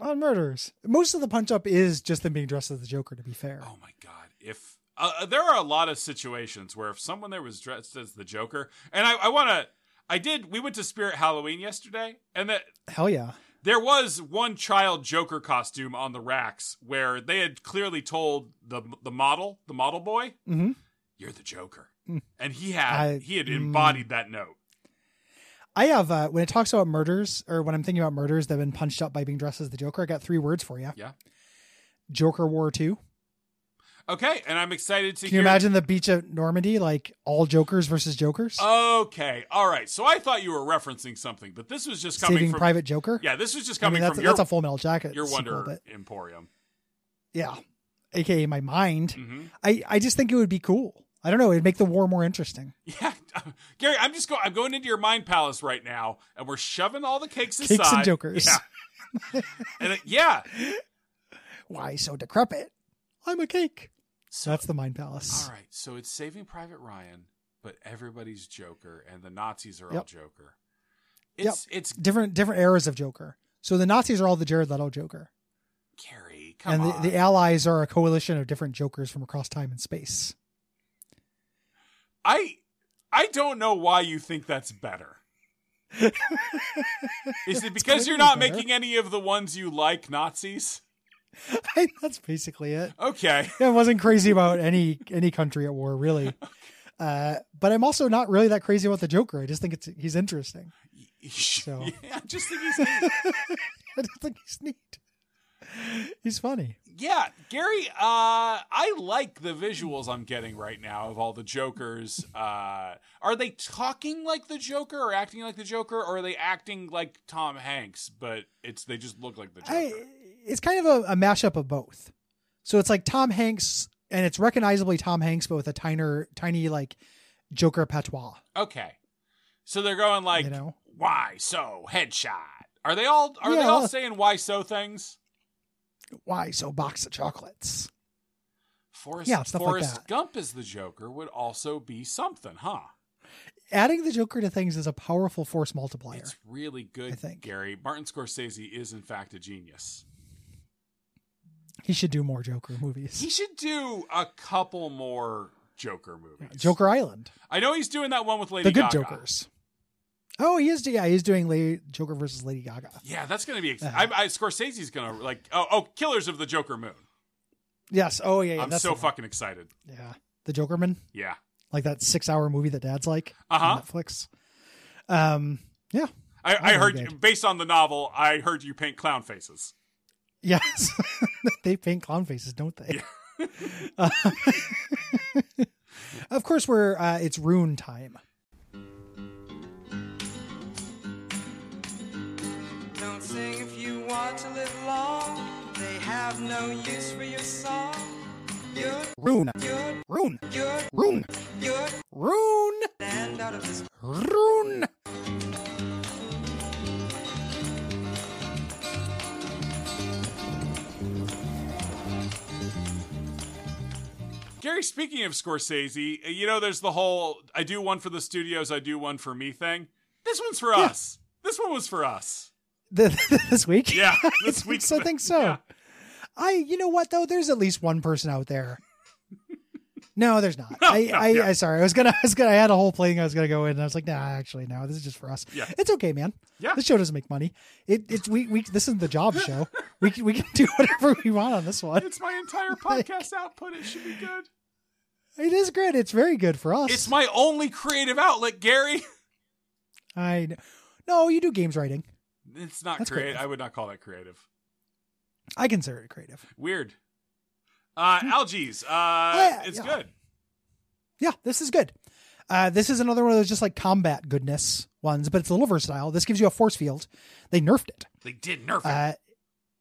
Speaker 2: on murders. Most of the punch up is just them being dressed as the Joker. To be fair,
Speaker 1: Oh my god! If uh, there are a lot of situations where if someone there was dressed as the Joker, and I, I want to, I did. We went to Spirit Halloween yesterday, and that
Speaker 2: hell yeah.
Speaker 1: there was one child Joker costume on the racks where they had clearly told the the model, the model boy,
Speaker 2: Mhm.
Speaker 1: "You're the Joker,"
Speaker 2: Mm.
Speaker 1: and he had
Speaker 2: I-
Speaker 1: he had
Speaker 2: mm.
Speaker 1: embodied that note.
Speaker 2: I have uh, when it talks about murders or when I'm thinking about murders that have been punched up by being dressed as the Joker. I got three words for you.
Speaker 1: Yeah.
Speaker 2: Joker War Two.
Speaker 1: Okay, and I'm excited to
Speaker 2: Can
Speaker 1: hear.
Speaker 2: you imagine the beach of Normandy, like all Jokers versus Jokers,
Speaker 1: Oh, Okay, all right. So I thought you were referencing something, but this was just coming
Speaker 2: saving
Speaker 1: from
Speaker 2: Private Joker?
Speaker 1: yeah, this was just
Speaker 2: I
Speaker 1: coming
Speaker 2: mean that's
Speaker 1: from
Speaker 2: that's
Speaker 1: your
Speaker 2: a Full Metal Jacket.
Speaker 1: your
Speaker 2: sequel,
Speaker 1: Wonder
Speaker 2: but-
Speaker 1: Emporium.
Speaker 2: yeah, aka my mind.
Speaker 1: hmm
Speaker 2: I I just think it would be cool. I don't know. It'd make the war more interesting.
Speaker 1: Yeah, Gary, I'm just going. I'm going into your mind palace right now, and we're shoving all the cakes
Speaker 2: Cakes
Speaker 1: aside.
Speaker 2: and jokers.
Speaker 1: Yeah. and it- yeah,
Speaker 2: Why so decrepit? I'm a cake. So that's the Mind Palace.
Speaker 1: All right, so it's Saving Private Ryan, but everybody's Joker, and the Nazis are all
Speaker 2: Yep.
Speaker 1: Joker.
Speaker 2: Yep.
Speaker 1: It's it's
Speaker 2: Different different eras of Joker. So the Nazis are all the Jared Leto Joker,
Speaker 1: Gary. Come
Speaker 2: and
Speaker 1: on.
Speaker 2: the, the Allies are a coalition of different Jokers from across time and space.
Speaker 1: I I don't know why you think that's better. Is it because you're
Speaker 2: totally
Speaker 1: not
Speaker 2: better.
Speaker 1: making any of the ones you like Nazis?
Speaker 2: that's basically it.
Speaker 1: Okay.
Speaker 2: Yeah, I wasn't crazy about any any country at war really, uh, but I'm also not really that crazy about the Joker. I just think it's he's interesting. So.
Speaker 1: Yeah, I just think he's
Speaker 2: I just think he's neat. He's funny.
Speaker 1: Yeah, Gary, uh I like the visuals I'm getting right now of all the Jokers. Uh are they talking like the Joker or acting like the Joker or are they acting like Tom Hanks but it's they just look like the Joker?
Speaker 2: I, it's kind of a, a mashup of both. So it's like Tom Hanks, and it's recognizably Tom Hanks, but with a tiny, tiny like Joker patois.
Speaker 1: Okay. So they're going like
Speaker 2: you know,
Speaker 1: why so headshot. Are they all are they
Speaker 2: Yeah.
Speaker 1: all saying why so things?
Speaker 2: why so box of chocolates?
Speaker 1: Forrest,
Speaker 2: Yeah, stuff like
Speaker 1: Forrest
Speaker 2: that.
Speaker 1: Gump as the Joker would also be something, huh?
Speaker 2: Adding the Joker to things is a powerful force multiplier.
Speaker 1: It's really good,
Speaker 2: I think.
Speaker 1: Gary. Martin Scorsese is in fact a genius.
Speaker 2: He should do more Joker movies.
Speaker 1: He should do a couple more Joker movies.
Speaker 2: Joker Island,
Speaker 1: I know he's doing that one with Lady
Speaker 2: the good
Speaker 1: Gaga.
Speaker 2: Jokers. Oh, he is. Yeah, he's doing Lady, Joker versus Lady Gaga.
Speaker 1: Yeah, that's gonna be. Ex-
Speaker 2: Uh-huh.
Speaker 1: I, I, Scorsese's gonna like. Oh, oh, Killers of the Joker Moon.
Speaker 2: Yes. Oh, yeah. yeah
Speaker 1: I'm
Speaker 2: that's
Speaker 1: so
Speaker 2: the one.
Speaker 1: fucking excited.
Speaker 2: Yeah, the Jokerman,
Speaker 1: Yeah.
Speaker 2: like that six-hour movie that Dad's like
Speaker 1: Uh huh.
Speaker 2: on Netflix. Um. Yeah.
Speaker 1: I,
Speaker 2: I'm
Speaker 1: I heard
Speaker 2: very good.
Speaker 1: based on the novel. I heard you paint clown faces.
Speaker 2: Yes. they paint clown faces, don't they? Uh, of course, we're uh, it's rune time.
Speaker 3: Don't sing if you want to live long. They have no use for your song. You're,
Speaker 2: Rune,
Speaker 3: you're,
Speaker 2: rune,
Speaker 3: you're,
Speaker 2: rune,
Speaker 3: you're,
Speaker 2: rune,
Speaker 3: stand out of this.
Speaker 2: rune.
Speaker 1: Gary, speaking of Scorsese, you know, there's the whole I do one for the studios, I do one for me thing. This one's for us. This one was for us.
Speaker 2: The, this week,
Speaker 1: Yeah,
Speaker 2: I
Speaker 1: this
Speaker 2: think
Speaker 1: week's
Speaker 2: so, I
Speaker 1: the-
Speaker 2: think so.
Speaker 1: yeah.
Speaker 2: I, you know what though? There's at least one person out there. No, there's not. I,
Speaker 1: no,
Speaker 2: I,
Speaker 1: yeah.
Speaker 2: I, sorry. I was gonna, I was gonna. I had a whole thing I was gonna go in, and I was like, nah, actually, no. This is just for us.
Speaker 1: Yeah.
Speaker 2: it's okay, man.
Speaker 1: Yeah.
Speaker 2: this show doesn't make money. It, it's we, we. This is the job show. We, can- we can do whatever we want on this one.
Speaker 1: It's my entire podcast output. It should be good.
Speaker 2: It is good. It's very good for us.
Speaker 1: It's my only creative outlet, Gary.
Speaker 2: I know. No, you do games writing.
Speaker 1: It's not
Speaker 2: That's
Speaker 1: creative.
Speaker 2: creative.
Speaker 1: I would not call that creative.
Speaker 2: I consider it creative.
Speaker 1: Weird. Uh, algies. Uh,
Speaker 2: Hmm. Oh, Yeah,
Speaker 1: it's
Speaker 2: yeah.
Speaker 1: good.
Speaker 2: Yeah, this is good. Uh, this is another one of those just like combat goodness ones, but it's a little versatile. This gives you a force field. They nerfed it.
Speaker 1: They did nerf it.
Speaker 2: Uh,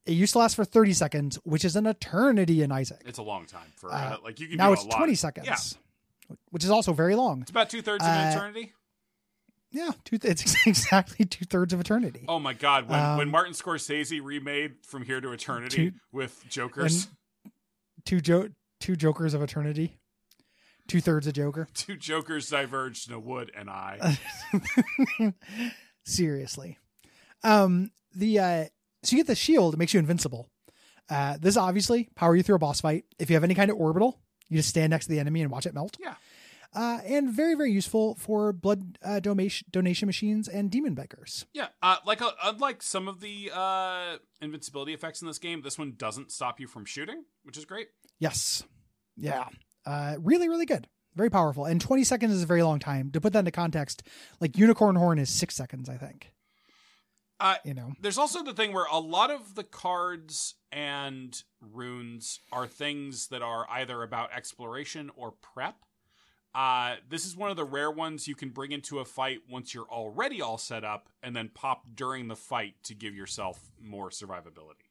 Speaker 2: it used to last for 30 seconds, which is an eternity in Isaac.
Speaker 1: It's a long time for
Speaker 2: uh,
Speaker 1: uh, like you can
Speaker 2: now
Speaker 1: do
Speaker 2: it's
Speaker 1: a lot.
Speaker 2: 20 seconds,
Speaker 1: Yeah,
Speaker 2: which is also very long.
Speaker 1: it's about two thirds of
Speaker 2: Uh,
Speaker 1: an eternity.
Speaker 2: Yeah, two it's exactly two thirds of eternity.
Speaker 1: Oh my god! When when
Speaker 2: um,
Speaker 1: Martin Scorsese remade From Here to Eternity
Speaker 2: two-
Speaker 1: with Joker's
Speaker 2: Two jo- two jokers of eternity, two thirds a joker.
Speaker 1: two Jokers diverged in a wood, and
Speaker 2: Uh,
Speaker 1: I.
Speaker 2: Seriously. Um the uh so you get the shield, it makes you invincible. Uh this obviously power you through a boss fight. If you have any kind of orbital, you just stand next to the enemy and watch it melt.
Speaker 1: Yeah.
Speaker 2: Uh and very very useful for blood uh, donation donation machines and demon beggars.
Speaker 1: Yeah, uh, like uh, unlike some of the uh, invincibility effects in this game, this one doesn't stop you from shooting, which is great.
Speaker 2: Yes. Yeah. Uh, really, really good. Very powerful. And 20 seconds is a very long time. To put that into context, like Unicorn Horn is six seconds, I think.
Speaker 1: Uh,
Speaker 2: You know?
Speaker 1: There's also the thing where a lot of the cards and runes are things that are either about exploration or prep. Uh, this is one of the rare ones you can bring into a fight once you're already all set up and then pop during the fight to give yourself more survivability.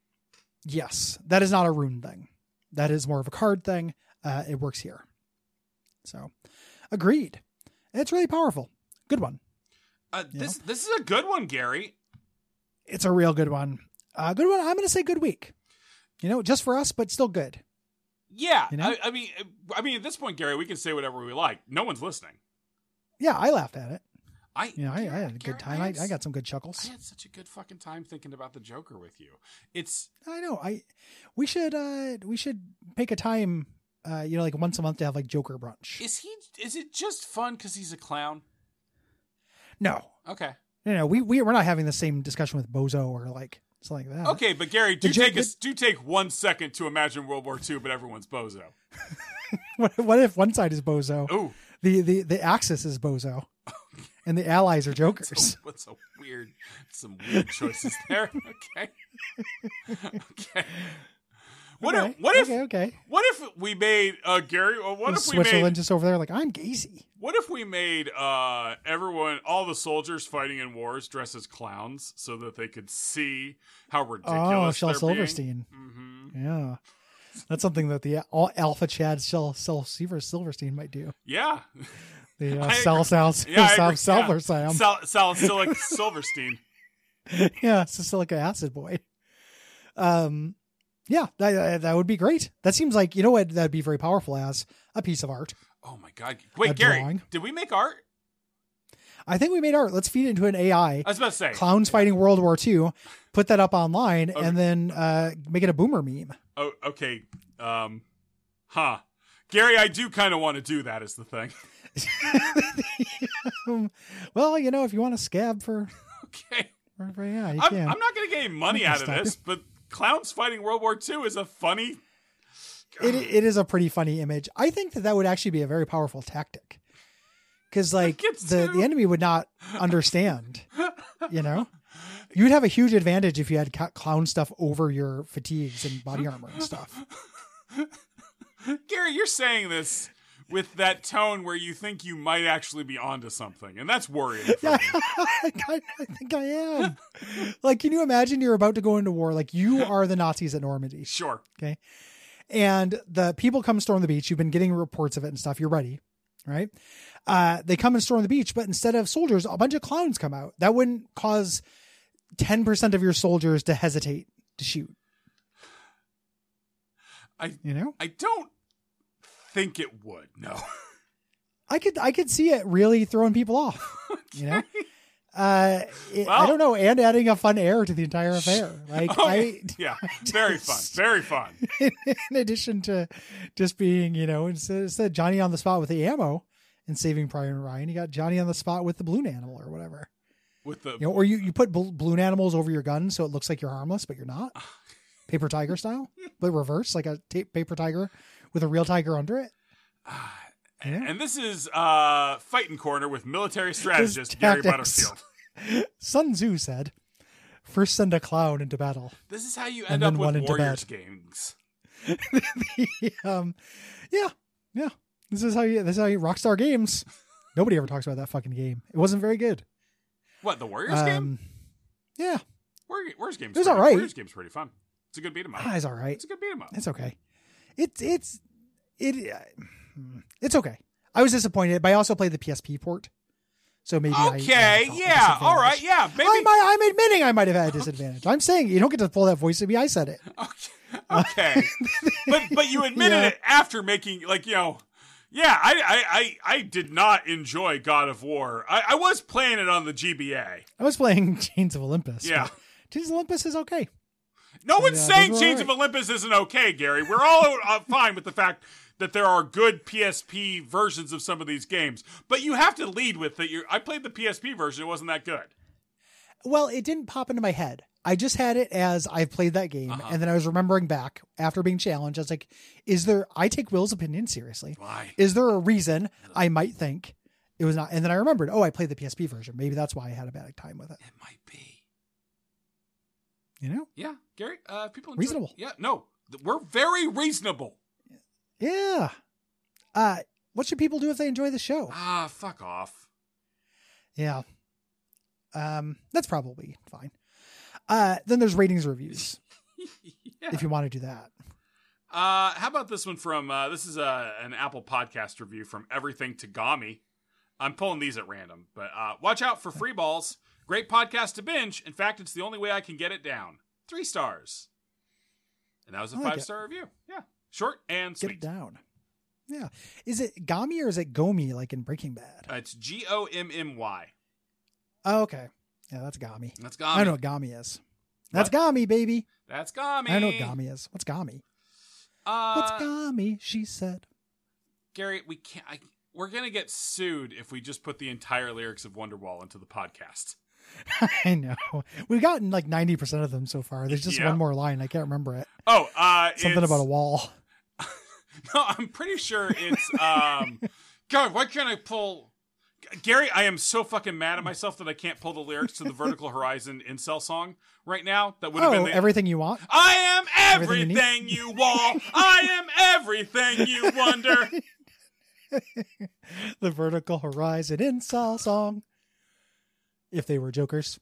Speaker 2: Yes. That is not a rune thing. That is more of a card thing. Uh, it works here. So, agreed. It's really powerful. Good one.
Speaker 1: Uh,
Speaker 2: Yeah.
Speaker 1: this this is a good one, Gary.
Speaker 2: It's a real good one. Uh, good one. I'm going to say good week. You know, just for us, but still good.
Speaker 1: Yeah,
Speaker 2: You know?
Speaker 1: I, I mean, I mean, at this point, Gary, we can say whatever we like. No one's listening.
Speaker 2: Yeah, I laughed at it.
Speaker 1: I,
Speaker 2: You know, I, I had a
Speaker 1: Garrett,
Speaker 2: good time. I,
Speaker 1: had
Speaker 2: I
Speaker 1: s-
Speaker 2: got some good
Speaker 1: I
Speaker 2: chuckles.
Speaker 1: had such a good fucking time thinking about the Joker with you. It's
Speaker 2: I know. I we should uh we should pick a time uh you know like once a month to have like Joker brunch.
Speaker 1: is he is it just fun because he's a clown?
Speaker 2: No,
Speaker 1: Okay,
Speaker 2: no, no. We we we're not having the same discussion with Bozo or like something like that.
Speaker 1: okay, but Gary, do
Speaker 2: Uh-huh. The Jo-
Speaker 1: take us do take one second to imagine World War II, but everyone's bozo.
Speaker 2: What, what if one side is Bozo,
Speaker 1: Ooh,
Speaker 2: the the the Axis is Bozo, and the Allies are
Speaker 1: that's
Speaker 2: Jokers?
Speaker 1: a, that's a weird, some weird choices there. Okay, okay. What
Speaker 2: Okay,
Speaker 1: if what if
Speaker 2: okay okay
Speaker 1: what if we made uh Gary? Uh, what
Speaker 2: And
Speaker 1: if we made
Speaker 2: Switzerland just over there like I'm Gacy.
Speaker 1: What if we made uh, everyone, all the soldiers fighting in wars, dress as clowns so that they could see how
Speaker 2: Oh,
Speaker 1: ridiculous
Speaker 2: Shel
Speaker 1: they're
Speaker 2: Silverstein.
Speaker 1: being? hmm
Speaker 2: Yeah. That's something that the all Alpha Chad Shell Shel Silver Silverstein might do.
Speaker 1: Yeah,
Speaker 2: The
Speaker 1: I
Speaker 2: uh,
Speaker 1: agree.
Speaker 2: Sal Sal
Speaker 1: yeah, I
Speaker 2: Sal
Speaker 1: agree.
Speaker 2: Salver
Speaker 1: yeah.
Speaker 2: Sam.
Speaker 1: Sal, Sal Silic Silverstein.
Speaker 2: yeah, sicilic acid boy. Um, yeah, that- uh, that, that would be great. That seems like you know what that'd be very powerful as a piece of art.
Speaker 1: Oh my God! Wait,
Speaker 2: A
Speaker 1: Gary,
Speaker 2: drawing.
Speaker 1: did we make art?
Speaker 2: I think we made art. Let's feed it into an AI.
Speaker 1: I was about to say.
Speaker 2: Clowns fighting World War II. Put that up online
Speaker 1: Okay.
Speaker 2: and then uh, make it a boomer meme.
Speaker 1: oh, okay. Um, huh. Gary, I do kind of want to do that. Is the thing?
Speaker 2: Um, well, you know, if you want to scab for,
Speaker 1: Okay.
Speaker 2: for, for- yeah, you
Speaker 1: I'm,
Speaker 2: can.
Speaker 1: I'm not going to get any money out of
Speaker 2: Stop
Speaker 1: this, but clowns fighting World War II is a funny.
Speaker 2: it, it is a pretty funny image. I think that that would actually be a very powerful tactic. Because like
Speaker 1: gets
Speaker 2: the,
Speaker 1: you.
Speaker 2: the enemy would not understand, you know, you would have a huge advantage if you had ca- clown stuff over your fatigues and body armor and stuff.
Speaker 1: Gary, you're saying this with that tone where you think you might actually be onto something, and that's worrying. For
Speaker 2: Yeah,
Speaker 1: me.
Speaker 2: I, kind of- I think I am. Like, can you imagine you're about to go into war? Like you are the Nazis at Normandy,
Speaker 1: Sure.
Speaker 2: and the people come storm the beach. You've been getting reports of it and stuff. You're ready, right? Uh, they come and storm the beach, but instead of soldiers, a bunch of clowns come out. That wouldn't cause 10% of your soldiers to hesitate to shoot.
Speaker 1: I-
Speaker 2: you know,
Speaker 1: I don't think it would. No.
Speaker 2: I could, I could see it really throwing people off, you know? Uh, it- I
Speaker 1: Well- Oh,
Speaker 2: don't know. And adding a fun air to the entire affair. Like I,
Speaker 1: yeah. Very fun. Very fun.
Speaker 2: in addition to just being, you know, instead, instead of Johnny on the spot with the ammo and saving Pryor and Ryan, you got Johnny on the spot with the balloon animal or whatever.
Speaker 1: With the
Speaker 2: You know, or you, you put bal- balloon animals over your gun so it looks like you're harmless, but you're not. Paper tiger style, but reverse, like a ta- paper tiger with a real tiger under it.
Speaker 1: Ah,
Speaker 2: Yeah.
Speaker 1: and this is uh fighting corner with military strategist
Speaker 2: His
Speaker 1: Gary
Speaker 2: tactics.
Speaker 1: Butterfield.
Speaker 2: Sun Tzu said, First send a clown into battle.
Speaker 1: This is how you
Speaker 2: And
Speaker 1: end
Speaker 2: then
Speaker 1: up
Speaker 2: one
Speaker 1: with
Speaker 2: into
Speaker 1: Warriors games.
Speaker 2: um, yeah, yeah. This is how you, this is how you, Rockstar Games. Nobody ever talks about that fucking game. It wasn't very good.
Speaker 1: What the Warriors game?
Speaker 2: Um, Yeah,
Speaker 1: Warrior- Warriors games.
Speaker 2: it was
Speaker 1: pretty-
Speaker 2: alright.
Speaker 1: Warriors games pretty fun. It's a good beat 'em
Speaker 2: ah,
Speaker 1: up.
Speaker 2: it's all right.
Speaker 1: It's a good beat 'em up.
Speaker 2: It's okay. It's it's it. uh, It's okay. I was disappointed, but I also played the PSP port, so maybe. I- I
Speaker 1: Okay,
Speaker 2: felt a
Speaker 1: yeah, all right,
Speaker 2: disadvantage.
Speaker 1: yeah, maybe.
Speaker 2: I might, I'm admitting I might have had a disadvantage. I'm saying you don't get to pull that voice at me. I said it.
Speaker 1: Okay. okay. but but you admitted
Speaker 2: Yeah.
Speaker 1: it after making like you know. Yeah, I, I, I, I did not enjoy God of War. I, I was playing it on the GBA.
Speaker 2: I was playing Chains of Olympus.
Speaker 1: Yeah.
Speaker 2: but Chains of Olympus is okay.
Speaker 1: No one's
Speaker 2: Yeah,
Speaker 1: saying
Speaker 2: those were
Speaker 1: Chains of
Speaker 2: alright.
Speaker 1: Olympus isn't okay, Gary. We're all uh, fine with the fact that there are good PSP versions of some of these games. But you have to lead with that. You, I played the PSP version; it wasn't that good.
Speaker 2: Well, it didn't pop into my head. I just had it as I've played that game,
Speaker 1: Uh-huh.
Speaker 2: and then I was remembering back after being challenged. I was like, "Is there?" I take Will's opinion seriously.
Speaker 1: Why?
Speaker 2: is there a reason I might think it was not? And then I remembered, oh, I played the PSP version. Maybe that's why I had a bad time with it.
Speaker 1: It might be.
Speaker 2: You know?
Speaker 1: Yeah, Gary. Uh, people enjoy-
Speaker 2: Reasonable.
Speaker 1: Yeah, no, th- we're very reasonable.
Speaker 2: Yeah. Uh, what should people do if they enjoy the show?
Speaker 1: Ah, fuck off.
Speaker 2: Yeah. Um, that's probably fine. Uh, then there's ratings reviews
Speaker 1: Yeah.
Speaker 2: if you want to do that.
Speaker 1: Uh, how about this one from uh, this is uh an Apple podcast review from Everything Tagami. I'm pulling these at random, but uh, watch out for free balls. Great podcast to binge. In fact, it's the only way I can get it down. Three stars, and that was a
Speaker 2: I like
Speaker 1: five
Speaker 2: it.
Speaker 1: star review. Yeah, Short and
Speaker 2: Get it
Speaker 1: sweet.
Speaker 2: down. Yeah. Is it Gami or is it Gomi like in Breaking Bad?
Speaker 1: Uh, it's G O M M Y.
Speaker 2: Oh, okay. Yeah, that's Gami.
Speaker 1: That's
Speaker 2: I don't know
Speaker 1: Gami.
Speaker 2: what Gami is. That's Gami, baby.
Speaker 1: That's Gami.
Speaker 2: I don't know what Gami is. What's Gami?
Speaker 1: Uh,
Speaker 2: What's Gami? She said.
Speaker 1: Gary, we can't. I, we're gonna get sued if we just put the entire lyrics of Wonderwall into the podcast.
Speaker 2: I know. We've gotten like 90% of them so far. There's just
Speaker 1: Yeah.
Speaker 2: one more line. I can't remember it.
Speaker 1: Oh, uh,
Speaker 2: Something
Speaker 1: it's-
Speaker 2: about a wall.
Speaker 1: No, I'm pretty sure it's. um God, why can't I pull? G- Gary, I am so fucking mad at myself that I can't pull the lyrics to the Vertical Horizon incel song right now. That would have
Speaker 2: Oh,
Speaker 1: been the.
Speaker 2: everything you want.
Speaker 1: I am
Speaker 2: Everything you
Speaker 1: everything, you, want. I am everything you wonder.
Speaker 2: The vertical horizon in Sol song. If they were jokers.